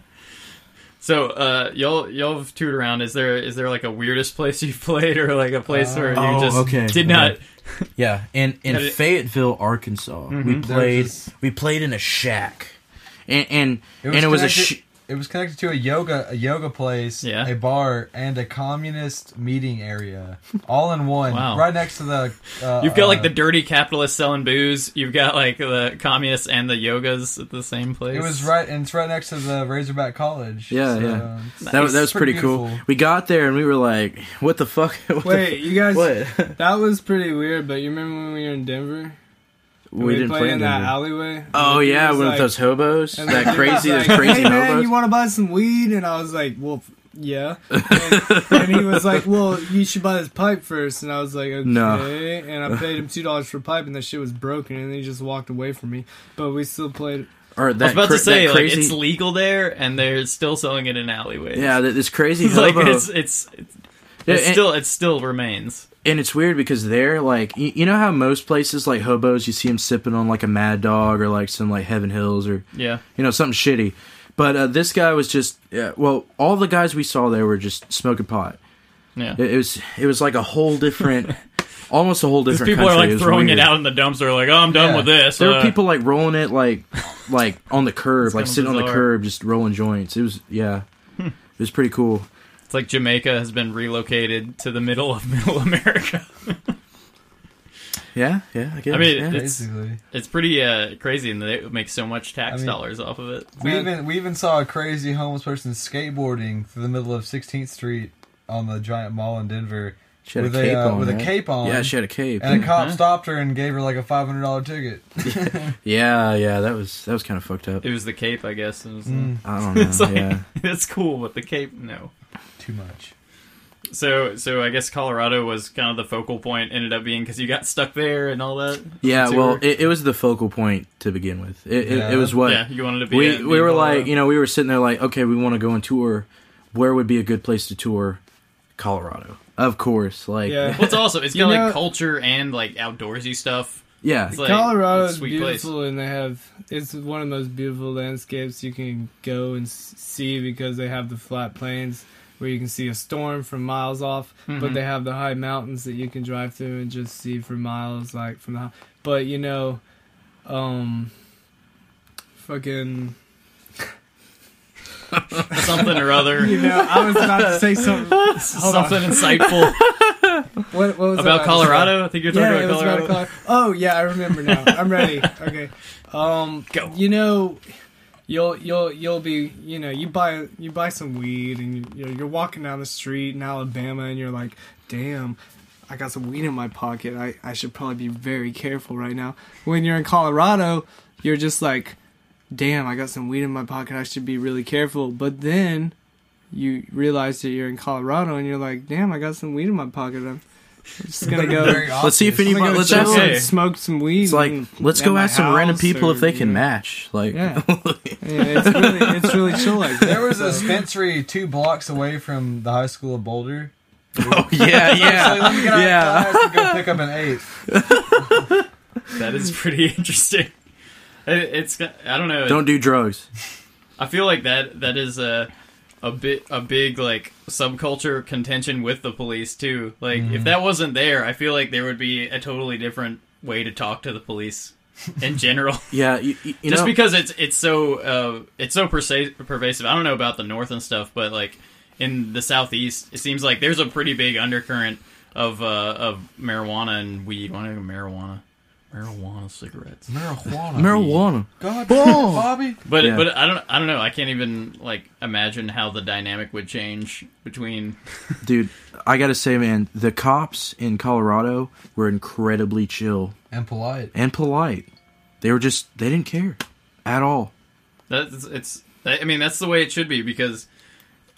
Speaker 1: So uh, y'all y'all have toured around. Is there is there like a weirdest place you've played or like a place where you
Speaker 2: Oh,
Speaker 1: just
Speaker 2: okay,
Speaker 1: did
Speaker 2: okay.
Speaker 1: not?
Speaker 2: yeah, and in
Speaker 1: Had it-
Speaker 2: Fayetteville, Arkansas,
Speaker 3: Mm-hmm.
Speaker 2: we played. We played in a shack, and and
Speaker 4: It
Speaker 2: and it was a.
Speaker 4: connected-
Speaker 2: Sh-
Speaker 4: It was connected to a yoga, a yoga place,
Speaker 1: Yeah.
Speaker 4: a bar, and a communist meeting area, all in one,
Speaker 1: Wow.
Speaker 4: right next to the. Uh,
Speaker 1: You've got like
Speaker 4: uh,
Speaker 1: the dirty capitalists selling booze. You've got like the communists and the yogas at the same place.
Speaker 4: It was right, and it's right next to the Razorback College.
Speaker 2: Yeah,
Speaker 4: so,
Speaker 2: yeah.
Speaker 4: it's-
Speaker 2: that, was- that was
Speaker 4: Pretty
Speaker 2: pretty, cool.
Speaker 4: beautiful.
Speaker 2: We got there and we were like, "What the fuck? What the
Speaker 3: Wait, you guys.
Speaker 2: fu- what?"
Speaker 3: That was pretty weird. But you remember when we were in Denver?
Speaker 2: we, didn't
Speaker 3: played
Speaker 2: play
Speaker 3: in
Speaker 2: in
Speaker 3: that
Speaker 2: Denver.
Speaker 3: alleyway.
Speaker 2: Oh
Speaker 3: And
Speaker 2: yeah,
Speaker 3: he was
Speaker 2: one of
Speaker 3: like-
Speaker 2: those hobos,
Speaker 3: and
Speaker 2: that
Speaker 3: then he was
Speaker 2: crazy, those
Speaker 3: like,
Speaker 2: crazy
Speaker 3: hey, man,
Speaker 2: hobos.
Speaker 3: you want to buy some weed? And I was like, well, f- yeah. And, and he was like, well, you should buy this pipe first. And I was like, okay.
Speaker 2: No.
Speaker 3: And I paid him two dollars for a pipe, and that shit was broken, and he just walked away from me. But we still played.
Speaker 2: or that
Speaker 1: I was about
Speaker 2: cra-
Speaker 1: to say
Speaker 2: that
Speaker 1: like
Speaker 2: crazy,
Speaker 1: it's legal there, and they're still selling it in alleyways.
Speaker 2: yeah, uh, that, this crazy
Speaker 1: It's like
Speaker 2: hobo,
Speaker 1: it's it's, it's,
Speaker 2: Yeah,
Speaker 1: it's
Speaker 2: and-
Speaker 1: still it still remains.
Speaker 2: and it's weird because they're like, you, you know how most places like hobos, you see them sipping on like a Mad Dog or like some like Heaven Hills or
Speaker 1: Yeah,
Speaker 2: you know something shitty, but uh, this guy was just uh, well, all the guys we saw there were just smoking pot.
Speaker 1: yeah.
Speaker 2: It, it was it was like a whole different, almost a whole
Speaker 1: Because
Speaker 2: different.
Speaker 1: people are
Speaker 2: country.
Speaker 1: like
Speaker 2: was
Speaker 1: throwing
Speaker 2: weird.
Speaker 1: it out in the dumps. They're like, oh, I'm done
Speaker 4: Yeah.
Speaker 1: with this.
Speaker 2: There were
Speaker 1: uh,
Speaker 2: people like rolling it like like on the curb, like
Speaker 1: kinda
Speaker 2: sitting on the
Speaker 1: bizarre. Hmm.
Speaker 2: curb, just rolling joints. It was yeah, it was pretty cool.
Speaker 1: It's like Jamaica has been relocated to the middle of middle America.
Speaker 2: Yeah, yeah, I guess.
Speaker 1: I mean,
Speaker 2: yeah.
Speaker 1: it's-
Speaker 4: basically.
Speaker 1: It's pretty uh, crazy, and they make so much tax
Speaker 4: I mean-
Speaker 1: dollars off of it.
Speaker 4: We even we even saw a crazy homeless person skateboarding through the middle of 16th Street on the giant mall in Denver
Speaker 2: she had
Speaker 4: with
Speaker 2: a cape
Speaker 4: uh,
Speaker 2: on.
Speaker 4: with a
Speaker 2: right?
Speaker 4: cape on.
Speaker 2: Yeah, she had a cape.
Speaker 4: and a cop
Speaker 1: Mhm.
Speaker 4: stopped her and gave her like a five hundred dollar ticket.
Speaker 2: yeah, yeah, that was that was kind of fucked up.
Speaker 1: It was the cape, I guess. It was, uh,
Speaker 4: Mm,
Speaker 2: I don't know.
Speaker 1: it's like
Speaker 2: yeah,
Speaker 1: it's cool, but the cape, no.
Speaker 4: too much.
Speaker 1: So, so I guess Colorado was kind of the focal point. Ended up being because you got stuck there and all that.
Speaker 2: yeah.
Speaker 1: Tour.
Speaker 2: Well, it, it was the focal point to begin with. It, it,
Speaker 4: Yeah.
Speaker 2: it was what
Speaker 1: yeah, you wanted to be.
Speaker 2: we
Speaker 1: in-
Speaker 2: we
Speaker 1: in
Speaker 2: were
Speaker 1: Colorado.
Speaker 2: like, you know, we were sitting there like, okay, we want to go on tour. Where would be a good place to tour? Colorado, of course. Like,
Speaker 3: Yeah.
Speaker 2: yeah,
Speaker 1: Well, it's awesome. It's
Speaker 3: You
Speaker 1: got
Speaker 3: know-
Speaker 1: like culture and like outdoorsy stuff. It's like
Speaker 3: Colorado
Speaker 1: a
Speaker 3: is
Speaker 1: sweet
Speaker 3: beautiful,
Speaker 1: place.
Speaker 3: and they have it's one of the most beautiful landscapes you can go and s- see because they have the flat plains where you can see a storm from miles off,
Speaker 1: Mm-hmm.
Speaker 3: but they have the high mountains that you can drive through and just see for miles, like from the. hi- But you know, um, fucking.
Speaker 1: something or other,
Speaker 3: You know, I was about to say something.
Speaker 1: something insightful
Speaker 3: What, what was I
Speaker 1: about
Speaker 3: to say?
Speaker 1: Colorado. I think you're talking
Speaker 3: Yeah, it
Speaker 1: about
Speaker 3: was about
Speaker 1: Colorado.
Speaker 3: Colorado. Oh yeah, I remember now. I'm ready. Okay. Um,
Speaker 1: Go.
Speaker 3: You know, you'll you'll you'll be you know you buy you buy some weed and you, you're, you're walking down the street in Alabama and you're like, damn. I I got some weed in my pocket. I, I should probably be very careful right now. When you're in Colorado, you're just like, damn, I got some weed in my pocket. I should be really careful. But then you realize that you're in Colorado and you're like, damn, I got some weed in my pocket. I'm I'm just gonna go.
Speaker 2: Let's see if
Speaker 3: I'm gonna
Speaker 2: anybody.
Speaker 3: go
Speaker 2: Let's
Speaker 3: chill
Speaker 2: ask.
Speaker 1: check.
Speaker 3: and smoke some weed.
Speaker 2: It's like
Speaker 3: and-
Speaker 2: let's
Speaker 3: at
Speaker 2: go
Speaker 3: my
Speaker 2: ask some random
Speaker 3: house
Speaker 2: people
Speaker 3: or,
Speaker 2: if they
Speaker 3: you
Speaker 2: can
Speaker 3: know.
Speaker 2: match. Like,
Speaker 3: Yeah. Yeah, it's really, it's really chill like that.
Speaker 4: There was a dispensary two blocks away from the high school of Boulder.
Speaker 2: oh yeah,
Speaker 4: So let
Speaker 2: yeah.
Speaker 4: me get out
Speaker 2: Yeah.
Speaker 4: of class and go pick up an eight.
Speaker 1: That is pretty interesting. It, it's I don't know.
Speaker 2: Don't do drugs.
Speaker 1: I feel like that that is a a bit a big like subculture contention with the police too. Like if that wasn't there, I feel like there would be a totally different way to talk to the police in general.
Speaker 2: Yeah, you, you, you
Speaker 1: Just
Speaker 2: know,
Speaker 1: because it's it's so uh, it's so persa- pervasive. I don't know about the north and stuff, but like in the southeast, it seems like there's a pretty big undercurrent of uh, of marijuana and weed. Why not marijuana? Marijuana cigarettes.
Speaker 4: Marijuana.
Speaker 2: marijuana.
Speaker 4: God,
Speaker 2: Bull.
Speaker 4: Bobby.
Speaker 1: But
Speaker 2: Yeah.
Speaker 1: but I don't I don't know. I can't even like imagine how the dynamic would change between.
Speaker 2: Dude, I gotta say, man, the cops in Colorado were incredibly chill
Speaker 4: And polite.
Speaker 2: and polite. They were just they didn't care at all.
Speaker 1: That's it's. I mean that's the way it should be because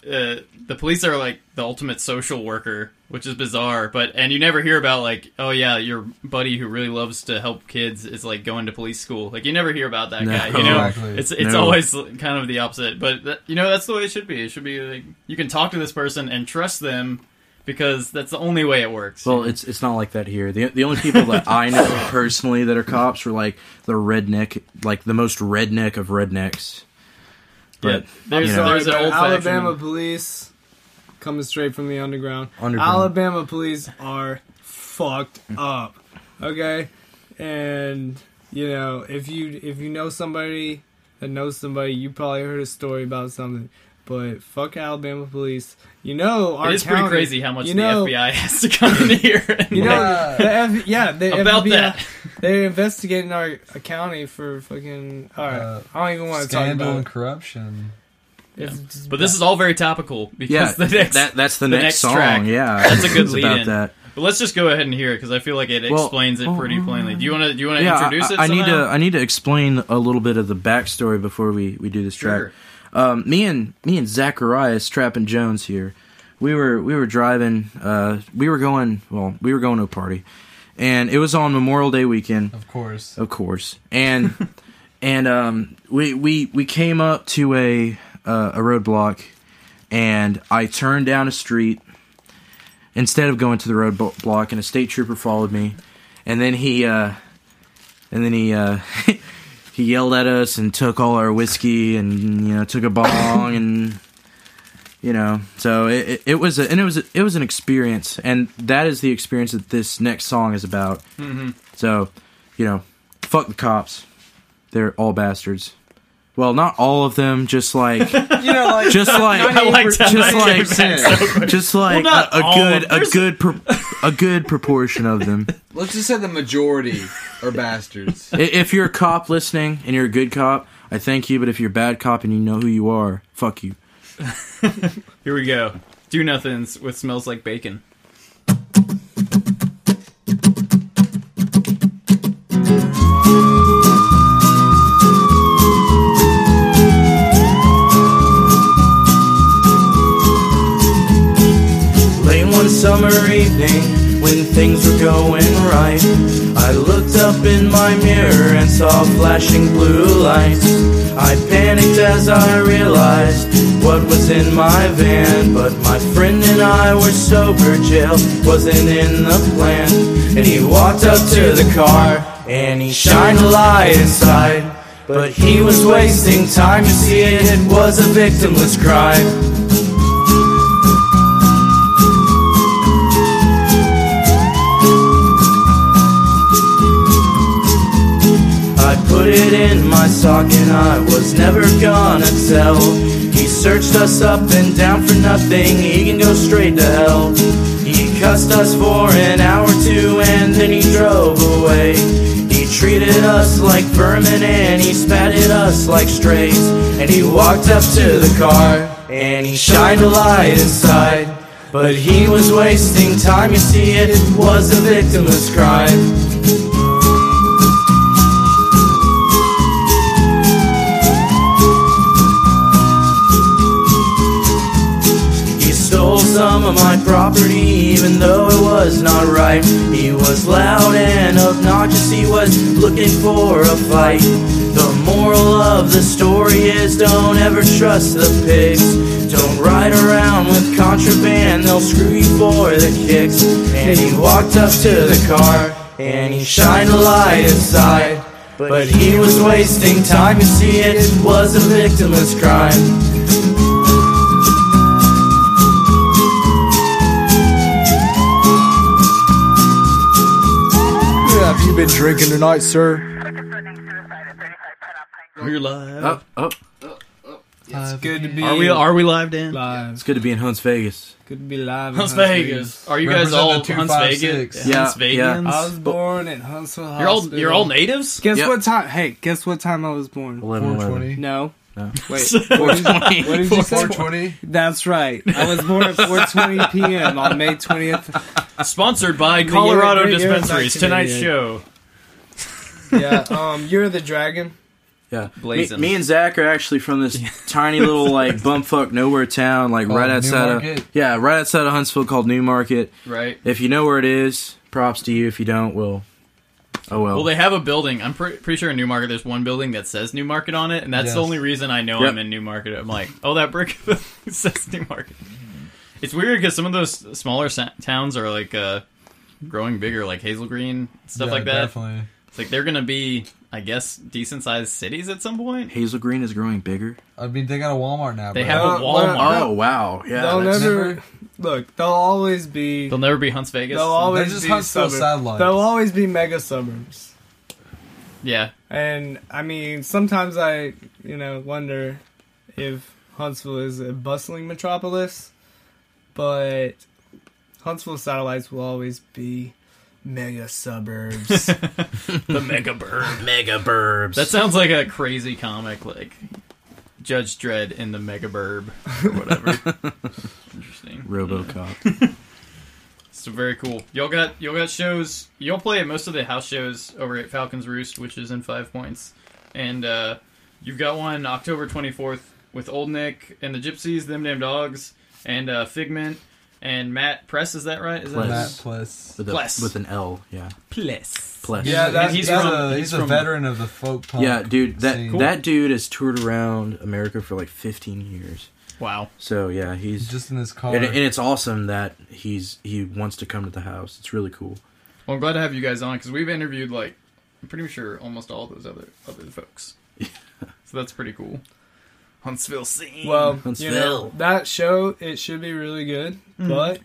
Speaker 1: uh, the police are like the ultimate social worker, which is bizarre. But and you never hear about like oh yeah your buddy who really loves to help kids is like going to police school. Like you never hear about that
Speaker 2: No.
Speaker 1: guy. You know
Speaker 4: Exactly.
Speaker 1: it's it's
Speaker 2: No.
Speaker 1: always kind of the opposite. But that, you know that's the way it should be. It should be like you can talk to this person and trust them because that's the only way it works.
Speaker 2: Well, it's it's not like that here. The the only people that I know personally that are cops were like the redneck, like the most redneck of rednecks. But
Speaker 1: Yeah. There's-
Speaker 2: you know,
Speaker 1: there's- an
Speaker 3: Sorry, but
Speaker 1: old-fashioned-
Speaker 3: Alabama police coming straight from the underground.
Speaker 2: Underground.
Speaker 3: Alabama police are fucked up. Okay, and you know if you if you know somebody that knows somebody, you probably heard a story about something. But fuck Alabama police. You know our
Speaker 1: It is pretty
Speaker 3: county-
Speaker 1: crazy how much
Speaker 3: you know,
Speaker 1: the FBI has to come in here. And
Speaker 3: You know, the
Speaker 4: Yeah.
Speaker 3: F- yeah, the
Speaker 1: about
Speaker 3: FBI,
Speaker 1: that.
Speaker 3: They're investigating our county for fucking. All right,
Speaker 4: Uh,
Speaker 3: I don't even want to talk
Speaker 4: Scandal
Speaker 3: about
Speaker 4: and
Speaker 3: it.
Speaker 4: corruption.
Speaker 3: It's-
Speaker 1: But this is all very topical because
Speaker 2: yeah,
Speaker 1: the next.
Speaker 2: that that's the,
Speaker 1: the
Speaker 2: next,
Speaker 1: next
Speaker 2: song.
Speaker 1: track.
Speaker 2: Yeah,
Speaker 1: That's a good
Speaker 2: It's
Speaker 1: lead
Speaker 2: about
Speaker 1: in.
Speaker 2: that.
Speaker 1: but let's just go ahead and hear it because I feel like it
Speaker 2: Well,
Speaker 1: explains it
Speaker 2: oh,
Speaker 1: pretty plainly. Do you want to? Do you want to
Speaker 2: Yeah, I-
Speaker 1: introduce it?
Speaker 2: I, I need to
Speaker 1: somehow?
Speaker 2: I need to explain a little bit of the backstory before we we do this track.
Speaker 1: Sure.
Speaker 2: um, me and me and Zacharias Trappin Jones here, we were we were driving. Uh, we were going well. We were going to a party, and it was on Memorial Day weekend,
Speaker 4: Of course.
Speaker 2: of course. And and um, we we we came up to a uh, a roadblock, and I turned down a street instead of going to the roadblock, and a state trooper followed me, and then he uh, and then he. Uh, He yelled at us and took all our whiskey and you know took a bong and you know so it, it, it was a, and it was a, it was an experience and that is the experience that this next song is about. So you know, fuck the cops. They're all bastards. Well, not all of them. Just like,
Speaker 4: You know, like
Speaker 2: just
Speaker 1: I
Speaker 2: like,
Speaker 1: like that.
Speaker 2: just
Speaker 1: I
Speaker 2: like,
Speaker 1: came back so quick.
Speaker 2: just like
Speaker 1: Well, not
Speaker 2: a, a
Speaker 1: all of-
Speaker 2: good, a
Speaker 1: there's-
Speaker 2: good, pro- a good proportion of them.
Speaker 6: Let's just say the majority are bastards.
Speaker 2: I- If you're a cop listening and you're a good cop, I thank you. But if you're a bad cop and you know who you are, fuck you.
Speaker 1: Here we go. Do nothings with smells like bacon.
Speaker 2: Late one summer evening, when things were going right, I looked up in my mirror and saw flashing blue lights. I panicked as I realized what was in my van, but my friend and I were sober, jail wasn't in the plan. And he walked up to the car and he shined a light inside, but he was wasting time, you see, it was a victimless crime. I put it in my sock and I was never gonna tell. He searched us up and down for nothing, he can go straight to hell. He cussed us for an hour or two and then he drove away. He treated us like vermin and he spat at us like strays. And he walked up to the car and he shined a light inside.
Speaker 5: But he was wasting time, you see, it was a victimless crime. He stole some of my property, even though it was not right. He was loud and obnoxious, he was looking for a fight. The moral of the story is don't ever trust the pigs. Don't ride around with contraband, they'll screw you for the kicks. And he walked up to the car, and he shined a light inside. But he was wasting time, you see, it was a victimless crime.
Speaker 7: Have you been drinking tonight, sir?
Speaker 1: We're live.
Speaker 2: Up, up.
Speaker 3: It's good to be
Speaker 1: Are we? Are we live, Dan?
Speaker 3: live.
Speaker 2: It's good to be in Hunts Vegas.
Speaker 3: Good to be live. in
Speaker 1: Hunts Vegas. Are you guys
Speaker 4: Represent
Speaker 1: all
Speaker 4: the
Speaker 1: Hunts
Speaker 4: 256.
Speaker 1: Vegas?
Speaker 2: Yeah,
Speaker 1: Hunts
Speaker 2: yeah.
Speaker 1: Vegans?
Speaker 3: I was born in Huntsville
Speaker 1: You're all
Speaker 3: Hospital.
Speaker 1: you're all natives.
Speaker 3: Guess
Speaker 2: Yep.
Speaker 3: what time? Hey, guess what time I was born?
Speaker 2: 11, 11.
Speaker 4: 420.
Speaker 3: No.
Speaker 2: No.
Speaker 3: Wait.
Speaker 1: What
Speaker 3: did you say?
Speaker 4: 420.
Speaker 3: That's right. I was born at 4:20 p.m. on May 20th.
Speaker 1: Sponsored by
Speaker 3: The
Speaker 1: Colorado
Speaker 3: year- the year of
Speaker 1: Dispensaries. Tonight's show.
Speaker 3: 1988. Yeah. Um. You're the dragon.
Speaker 2: Yeah. Me,
Speaker 1: Blazing.
Speaker 2: me and Zach are actually from this tiny little like bumfuck nowhere town, like right outside
Speaker 4: Newmarket?
Speaker 2: of yeah, right outside of Huntsville called Newmarket.
Speaker 1: Right.
Speaker 2: If you know where it is, props to you. If you don't, well, oh well.
Speaker 1: Well, they have a building. I'm pre- pretty sure in Newmarket there's one building that says Newmarket on it, and that's the
Speaker 4: Yes.
Speaker 1: only reason I know
Speaker 2: Yep.
Speaker 1: I'm in Newmarket. I'm like, oh, that brick says Newmarket. It's weird because some of those smaller sa- towns are like uh, growing bigger, like Hazel Green stuff
Speaker 4: Yeah,
Speaker 1: like that.
Speaker 4: Definitely.
Speaker 1: It's like they're gonna be, I guess, decent sized cities at some point.
Speaker 2: Hazel Green is growing bigger.
Speaker 4: I mean, they got a Walmart now.
Speaker 1: They
Speaker 4: bro.
Speaker 1: have a
Speaker 3: Uh, well,
Speaker 1: Walmart.
Speaker 2: Oh wow, yeah.
Speaker 3: they'll
Speaker 2: that's-
Speaker 3: never look. They'll always be.
Speaker 1: They'll never be Hunts Vegas.
Speaker 3: They'll always
Speaker 4: just
Speaker 3: be
Speaker 4: Huntsville
Speaker 3: suburbs.
Speaker 4: satellites.
Speaker 3: They'll always be mega suburbs.
Speaker 1: yeah,
Speaker 3: And I mean, sometimes I, you know, wonder if Huntsville is a bustling metropolis, but Huntsville satellites will always be mega suburbs.
Speaker 1: the Mega Bird.
Speaker 2: mega burbs.
Speaker 1: That sounds like a crazy comic, like Judge Dredd in the Mega Burb or whatever. Interesting.
Speaker 2: RoboCop.
Speaker 1: So very cool. Y'all got y'all got shows. Y'all play at most of the house shows over at Falcons Roost, which is in Five Points, and uh, you've got one October twenty fourth with Old Nick and the Gypsies, Them Damn Dogs, and uh, Figment and Matt Press. Is that right? Is that
Speaker 2: Pless.
Speaker 4: Matt Pless.
Speaker 2: With, a-
Speaker 1: Plus.
Speaker 2: with an L, yeah.
Speaker 1: Pless?
Speaker 2: Plus.
Speaker 4: Yeah, that's,
Speaker 1: he's
Speaker 4: he's, that's
Speaker 1: from-
Speaker 4: a,
Speaker 1: he's
Speaker 4: he's, a
Speaker 1: from-
Speaker 4: veteran of the folk punk.
Speaker 2: Yeah, dude, that
Speaker 4: scene.
Speaker 2: that dude has toured around America for like 15 years.
Speaker 1: Wow.
Speaker 2: So yeah, he's
Speaker 4: He's just in his car.
Speaker 2: and, and it's awesome that he's he wants to come to the house. It's really cool.
Speaker 1: Well, I'm glad to have you guys on because we've interviewed like I'm pretty sure almost all those other other folks. so that's pretty cool. Huntsville scene.
Speaker 3: well, you know,
Speaker 2: Huntsville.
Speaker 3: that show it should be really good, but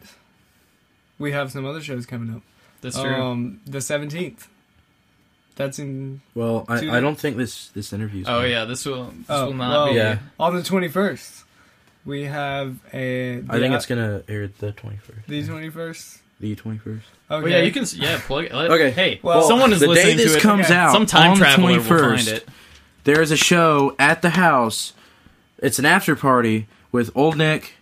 Speaker 3: we have some other shows coming up.
Speaker 1: that's true.
Speaker 3: Um, the seventeenth. That's in
Speaker 2: Well, I,
Speaker 3: Dude.
Speaker 2: I don't think this this interview's.
Speaker 1: oh
Speaker 2: gonna-
Speaker 1: yeah, this will this
Speaker 3: Oh,
Speaker 1: will not
Speaker 3: well,
Speaker 1: be.
Speaker 2: yeah.
Speaker 3: on the twenty first. We have a.
Speaker 2: I think it's gonna air the 21st.
Speaker 3: the twenty first.
Speaker 2: The 21st.
Speaker 3: Okay.
Speaker 1: Well, yeah, you can s- yeah plug it. Let-
Speaker 2: Okay.
Speaker 1: Hey,
Speaker 3: Well,
Speaker 1: someone is
Speaker 2: the day
Speaker 1: listening
Speaker 2: this
Speaker 1: to it.
Speaker 2: comes out,
Speaker 1: Some time
Speaker 2: on the
Speaker 1: traveler will find
Speaker 2: 21st.
Speaker 1: it.
Speaker 2: There is a show at the house. It's an after party with Old Nick,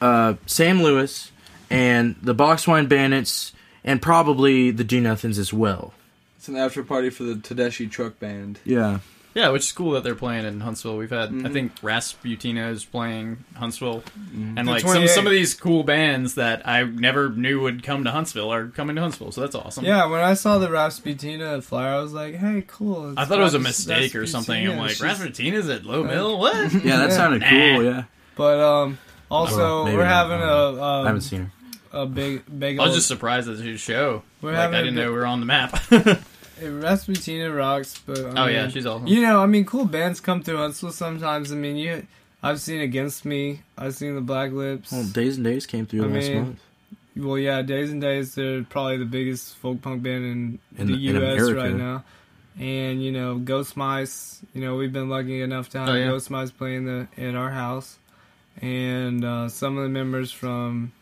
Speaker 2: uh, Sam Lewis, and the Boxwine Bandits, and probably the Do Nothings as well.
Speaker 6: It's an after party for the Tedeschi Truck Band.
Speaker 2: Yeah.
Speaker 1: Yeah, which is cool that they're playing in Huntsville. We've had I think Rasputina is playing Huntsville, and like some
Speaker 3: 28.
Speaker 1: some of these cool bands that I never knew would come to Huntsville are coming to Huntsville. So that's awesome.
Speaker 3: Yeah, when I saw the Rasputina flyer, I was like, "Hey, cool." it's
Speaker 1: I thought it was a
Speaker 3: Ras-
Speaker 1: mistake or something. I'm
Speaker 3: Rasputina.
Speaker 1: like,
Speaker 3: She's-
Speaker 1: Rasputina's at Low Mill? What?
Speaker 2: Yeah, that
Speaker 3: Yeah.
Speaker 2: sounded
Speaker 1: Nah.
Speaker 2: cool. Yeah,
Speaker 3: But um,
Speaker 1: Oh,
Speaker 3: also
Speaker 2: Well, maybe
Speaker 3: we're
Speaker 2: not. I
Speaker 3: having a
Speaker 2: don't I
Speaker 3: um,
Speaker 2: haven't seen her.
Speaker 3: a big big
Speaker 1: I
Speaker 3: old
Speaker 1: was just surprised that she'd show.
Speaker 3: We're
Speaker 1: like,
Speaker 3: having
Speaker 1: I
Speaker 3: a
Speaker 1: didn't
Speaker 3: bit-
Speaker 1: know we were on the map.
Speaker 3: eh, Rasputina rocks. But I
Speaker 1: oh, yeah,
Speaker 3: mean,
Speaker 1: she's awesome.
Speaker 3: you know, I mean, cool bands come through Huntsville sometimes. I mean, you, I've seen Against Me, I've seen the Black Lips.
Speaker 1: Oh,
Speaker 2: Well, Days and Days came through
Speaker 3: I
Speaker 2: last
Speaker 3: mean,
Speaker 2: month.
Speaker 3: Well, yeah, Days and Days, they're probably the biggest folk punk band in,
Speaker 2: In-
Speaker 3: the
Speaker 2: in
Speaker 3: U.S.
Speaker 2: America.
Speaker 3: right now. And, you know, Ghost Mice, you know, we've been lucky enough to have
Speaker 1: Oh, yeah.
Speaker 3: Ghost Mice playing the, at our house. And uh, some of the members from,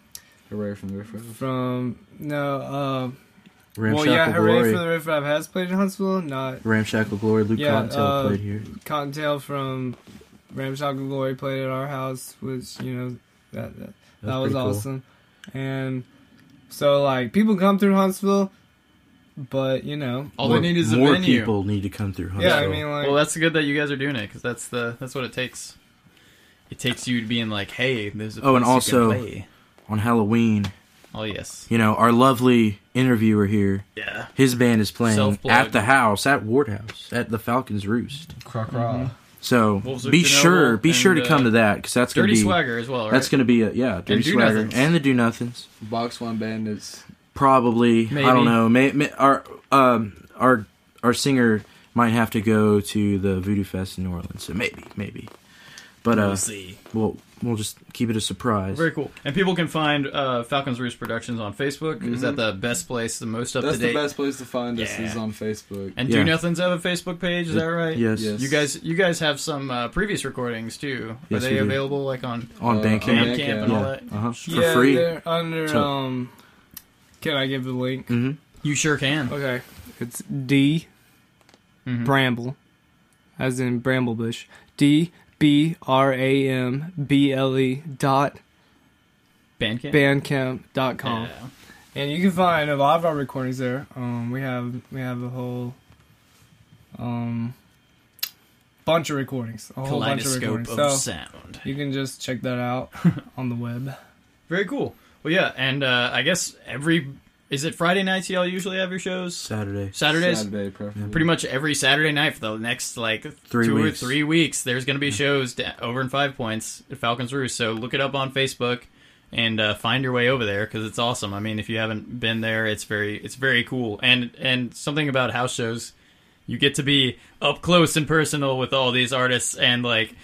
Speaker 6: Hooray from the riff raff.
Speaker 3: from no, uh, well,
Speaker 2: Ramshackle
Speaker 3: yeah, Hooray
Speaker 2: Glory.
Speaker 3: for the Riff Raff has played in Huntsville, not
Speaker 2: Ramshackle Glory. Luke
Speaker 3: Yeah,
Speaker 2: Cottontail
Speaker 3: uh,
Speaker 2: played here.
Speaker 3: Cottontail from Ramshackle Glory played at our house, which, you know, that, that that was
Speaker 2: pretty cool.
Speaker 3: awesome. And so like people come through Huntsville, but you know,
Speaker 1: All
Speaker 2: more,
Speaker 1: they need is a
Speaker 2: more
Speaker 1: venue.
Speaker 2: people need to come through. Huntsville.
Speaker 3: yeah, I mean like
Speaker 1: Well, that's good that you guys are doing it because that's the that's what it takes. It takes you being like, hey, there's a
Speaker 2: Oh, and
Speaker 1: place you can
Speaker 2: also-
Speaker 1: play.
Speaker 2: on Halloween,
Speaker 1: oh yes,
Speaker 2: you know, our lovely interviewer here,
Speaker 1: yeah,
Speaker 2: his band is playing
Speaker 1: Self-plug.
Speaker 2: at the house, at Ward House, at the Falcons Roost.
Speaker 4: Croc raw.
Speaker 2: So
Speaker 1: Wolves of
Speaker 2: be
Speaker 1: Chernobyl
Speaker 2: sure, be sure to
Speaker 1: and,
Speaker 2: come
Speaker 1: uh,
Speaker 2: to that because that's gonna
Speaker 1: Dirty
Speaker 2: be
Speaker 1: Swagger as well, right?
Speaker 2: that's gonna be a, yeah, Dirty
Speaker 1: Do
Speaker 2: Swagger
Speaker 1: Nothings.
Speaker 2: and the Do Nothings.
Speaker 6: Box One Bandits.
Speaker 2: Probably, I
Speaker 1: Maybe.
Speaker 2: don't know. May, may, our um, our our singer might have to go to the Voodoo Fest in New Orleans, so maybe, maybe. But uh,
Speaker 1: We'll see.
Speaker 2: we'll we'll just keep it a surprise.
Speaker 1: Very cool. And people can find uh, Falcons Roost Productions on Facebook. Is
Speaker 2: Mm-hmm.
Speaker 1: that the best place, the most up
Speaker 6: That's
Speaker 1: to
Speaker 6: the
Speaker 1: date?
Speaker 6: best place to find us
Speaker 1: Yeah.
Speaker 6: is on Facebook.
Speaker 1: And
Speaker 2: Yeah.
Speaker 1: Do Nothings have a Facebook page? Is that right?
Speaker 2: Yes,
Speaker 6: Yes.
Speaker 1: You guys, you guys have some uh, previous recordings too. Are
Speaker 2: Yes,
Speaker 1: they
Speaker 2: we do.
Speaker 1: available like on
Speaker 2: on
Speaker 6: Uh,
Speaker 2: Bandcamp.
Speaker 1: Bandcamp
Speaker 6: Bandcamp.
Speaker 1: and all
Speaker 2: Yeah.
Speaker 1: that?
Speaker 2: Uh-huh. For
Speaker 3: yeah,
Speaker 2: free.
Speaker 3: they're under
Speaker 2: So-
Speaker 3: um can I give the link?
Speaker 2: hmm
Speaker 1: You sure can.
Speaker 3: Okay. It's D
Speaker 2: Mm-hmm.
Speaker 1: Mhm.
Speaker 3: Bramble. As in Bramble Bush. D B R A M B L E dot
Speaker 1: Bandcamp.
Speaker 3: bandcamp dot com.
Speaker 1: Yeah.
Speaker 3: And you can find a lot of our recordings there. Um we have we have a whole um bunch of recordings. A whole bunch of
Speaker 1: Kaleidoscope
Speaker 3: recordings.
Speaker 1: of
Speaker 3: So
Speaker 1: sound.
Speaker 3: you can just check that out on the web.
Speaker 1: Very cool. Well, yeah, and uh, I guess every is it Friday nights y'all usually have your shows?
Speaker 2: Saturday.
Speaker 1: Saturdays.
Speaker 6: Saturday, preferably.
Speaker 1: Pretty much every Saturday night for the next like
Speaker 2: Three
Speaker 1: two
Speaker 2: weeks.
Speaker 1: or three weeks, there's going to be shows da- over in Five Points at Falcons Roost. So look it up on Facebook and uh, find your way over there because it's awesome. I mean, if you haven't been there, it's very it's very cool. And and something about house shows, you get to be up close and personal with all these artists and like.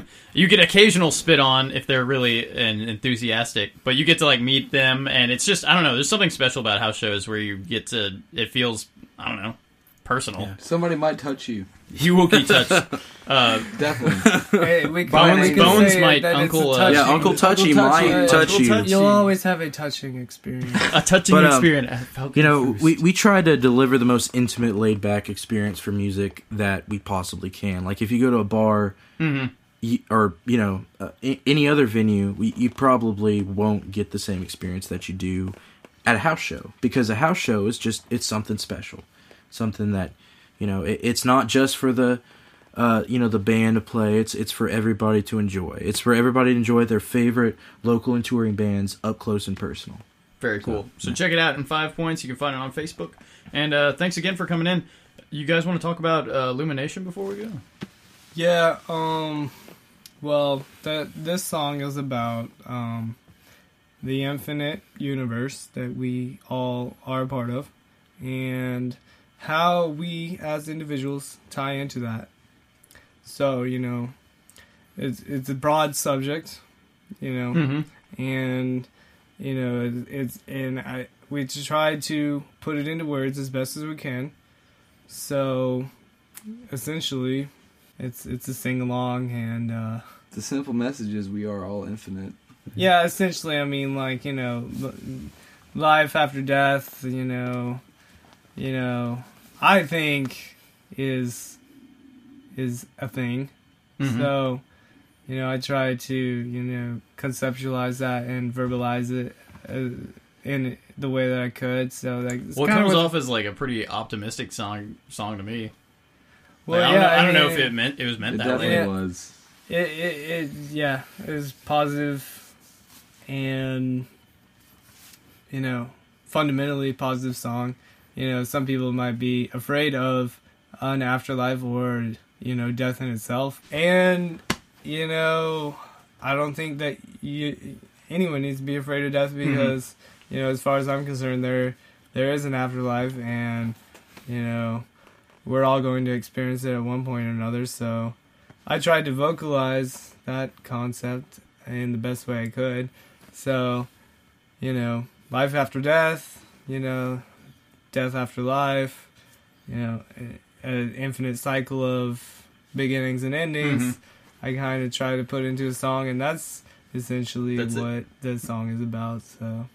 Speaker 1: you get occasional spit on if they're really and enthusiastic, but you get to like meet them, and it's just I don't know. There's something special about house shows where you get to it feels I don't know personal.
Speaker 6: Somebody might touch you.
Speaker 1: You Wookie touch. Uh,
Speaker 6: Definitely.
Speaker 3: Hey, we can,
Speaker 1: Bones-
Speaker 3: we can
Speaker 1: Bones
Speaker 3: say
Speaker 1: might
Speaker 3: that it's a
Speaker 1: Uncle, uh,
Speaker 3: touching-
Speaker 2: Yeah, Uncle Touchy
Speaker 6: Touchy.
Speaker 2: might
Speaker 6: Uncle
Speaker 2: touch you.
Speaker 6: Touchy.
Speaker 3: You'll always have a touching experience.
Speaker 1: a touching
Speaker 2: But, um,
Speaker 1: experience. at Falcon
Speaker 2: You know,
Speaker 1: Roost.
Speaker 2: we, we try to deliver the most intimate, laid back experience for music that we possibly can. Like, if you go to a bar
Speaker 1: Mm-hmm.
Speaker 2: y or, you know, uh, a- any other venue, we, you probably won't get the same experience that you do at a house show because a house show is just, it's something special. Something that, you know, it, it's not just for the, uh, you know, the band to play. It's, it's for everybody to enjoy. It's for everybody to enjoy their favorite local and touring bands up close and personal.
Speaker 1: very cool. So check it out in five points. You can find it on Facebook. And uh, thanks again for coming in. You guys want to talk about uh, Illumination before we go?
Speaker 3: Yeah, um well, that this song is about um the infinite universe that we all are a part of and how we as individuals tie into that. So, you know, it's it's a broad subject, you know,
Speaker 1: Mm-hmm.
Speaker 3: and you know it- it's and I we just try to put it into words as best as we can. So essentially, it's it's a sing along and uh,
Speaker 6: the simple message is we are all infinite.
Speaker 3: yeah, essentially I mean like you know l- life after death, you know, you know I think is is a thing.
Speaker 1: Mm-hmm.
Speaker 3: So, you know, I try to, you know, conceptualize that and verbalize it uh, in the way that I could. So, like, it's
Speaker 1: well, it
Speaker 3: kinda
Speaker 1: comes
Speaker 3: what-
Speaker 1: off as like a pretty optimistic song song to me.
Speaker 3: Well,
Speaker 1: Like, I don't,
Speaker 3: yeah,
Speaker 1: know, I don't know
Speaker 3: mean,
Speaker 1: if it meant it was meant
Speaker 6: It
Speaker 1: that
Speaker 6: definitely
Speaker 1: way.
Speaker 3: Yeah.
Speaker 6: was.
Speaker 3: It, it, it, yeah, it was positive and, you know, fundamentally positive song. You know, some people might be afraid of an afterlife or, you know, death in itself. And, you know, I don't think that you, anyone needs to be afraid of death because, you know, as far as I'm concerned, there there is an afterlife and, you know, we're all going to experience it at one point or another. So, I tried to vocalize that concept in the best way I could. So, you know, life after death, you know, death after life, you know, an infinite cycle of beginnings and endings.
Speaker 1: Mm-hmm.
Speaker 3: I kind of try to put into a song, and that's essentially
Speaker 1: That's it.
Speaker 3: what this song is about. So,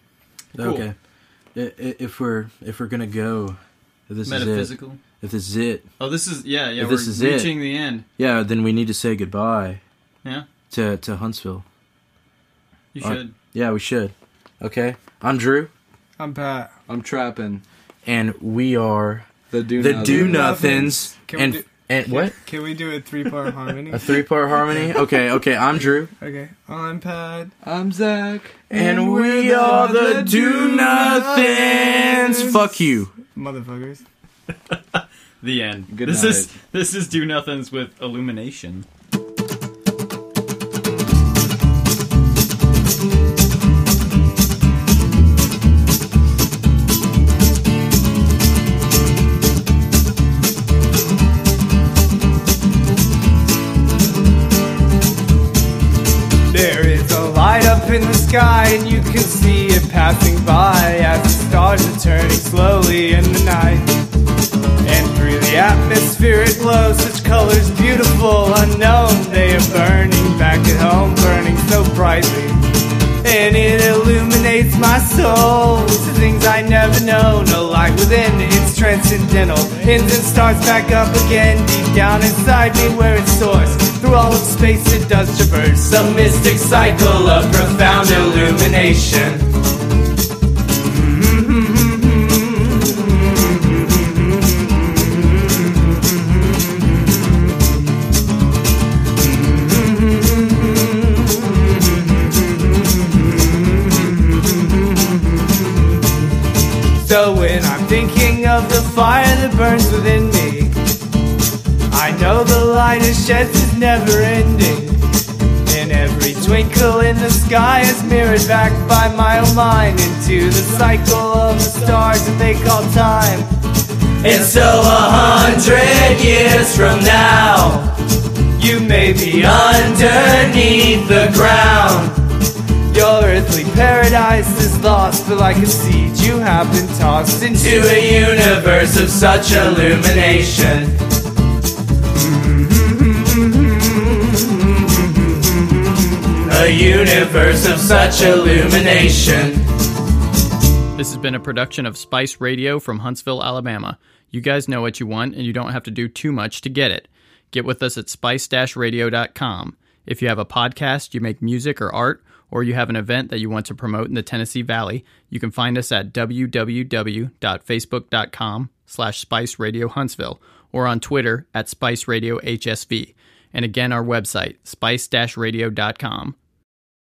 Speaker 1: Cool.
Speaker 2: Okay. I- i- If we're if we're gonna go, if this is it.
Speaker 1: Metaphysical.
Speaker 2: If this is it,
Speaker 1: Oh, this is yeah, yeah.
Speaker 2: If
Speaker 1: we're
Speaker 2: this is it-
Speaker 1: reaching the end.
Speaker 2: yeah, then we need to say goodbye
Speaker 1: Yeah,
Speaker 2: to to Huntsville.
Speaker 1: you
Speaker 2: All right.
Speaker 1: should.
Speaker 2: Yeah, we should. Okay. I'm Drew,
Speaker 8: I'm Pat.
Speaker 4: I'm trapping
Speaker 2: and we are
Speaker 4: the do
Speaker 2: the Do
Speaker 8: Nothings.
Speaker 2: Nothings.
Speaker 8: Can we
Speaker 2: And
Speaker 8: do-
Speaker 2: and what?
Speaker 8: Can we do a three part harmony?
Speaker 2: A three part harmony. Okay. Okay. I'm Drew,
Speaker 8: Okay. I'm Pat.
Speaker 4: I'm Zach.
Speaker 2: and we are the Do Nothings. Fuck you.
Speaker 8: Motherfuckers.
Speaker 1: The end.
Speaker 4: Good
Speaker 1: this
Speaker 4: night.
Speaker 1: is this is do nothings with illumination.
Speaker 3: There is a light up in the sky, and you can see it passing by as the stars are turning slowly in the night. And through the atmosphere it glows, such colors beautiful, unknown. They are burning back at home, burning so brightly. And it illuminates my soul to things I never known. A light within, it's transcendental. Ends and starts back up again, deep down inside me where it's sourced. Through all of space it does traverse, a mystic cycle of profound illumination. So when I'm thinking of the fire that burns within me, I know the light it sheds is never ending. And every twinkle in the sky is mirrored back by my own mind into the cycle of the stars that they call time. And so a hundred years from now, you may be underneath the ground. Your earthly paradise is lost, but like a seed, you have been tossed into a universe of such illumination. A universe of such illumination.
Speaker 1: This has been a production of Spice Radio from Huntsville, Alabama. You guys know what you want, and you don't have to do too much to get it. Get with us at spice-radio.com. If you have a podcast, you make music or art, or you have an event that you want to promote in the Tennessee Valley, you can find us at www.facebook.com slash Spice Radio Huntsville or on Twitter at Spice Radio HSV. And again, our website, spice-radio.com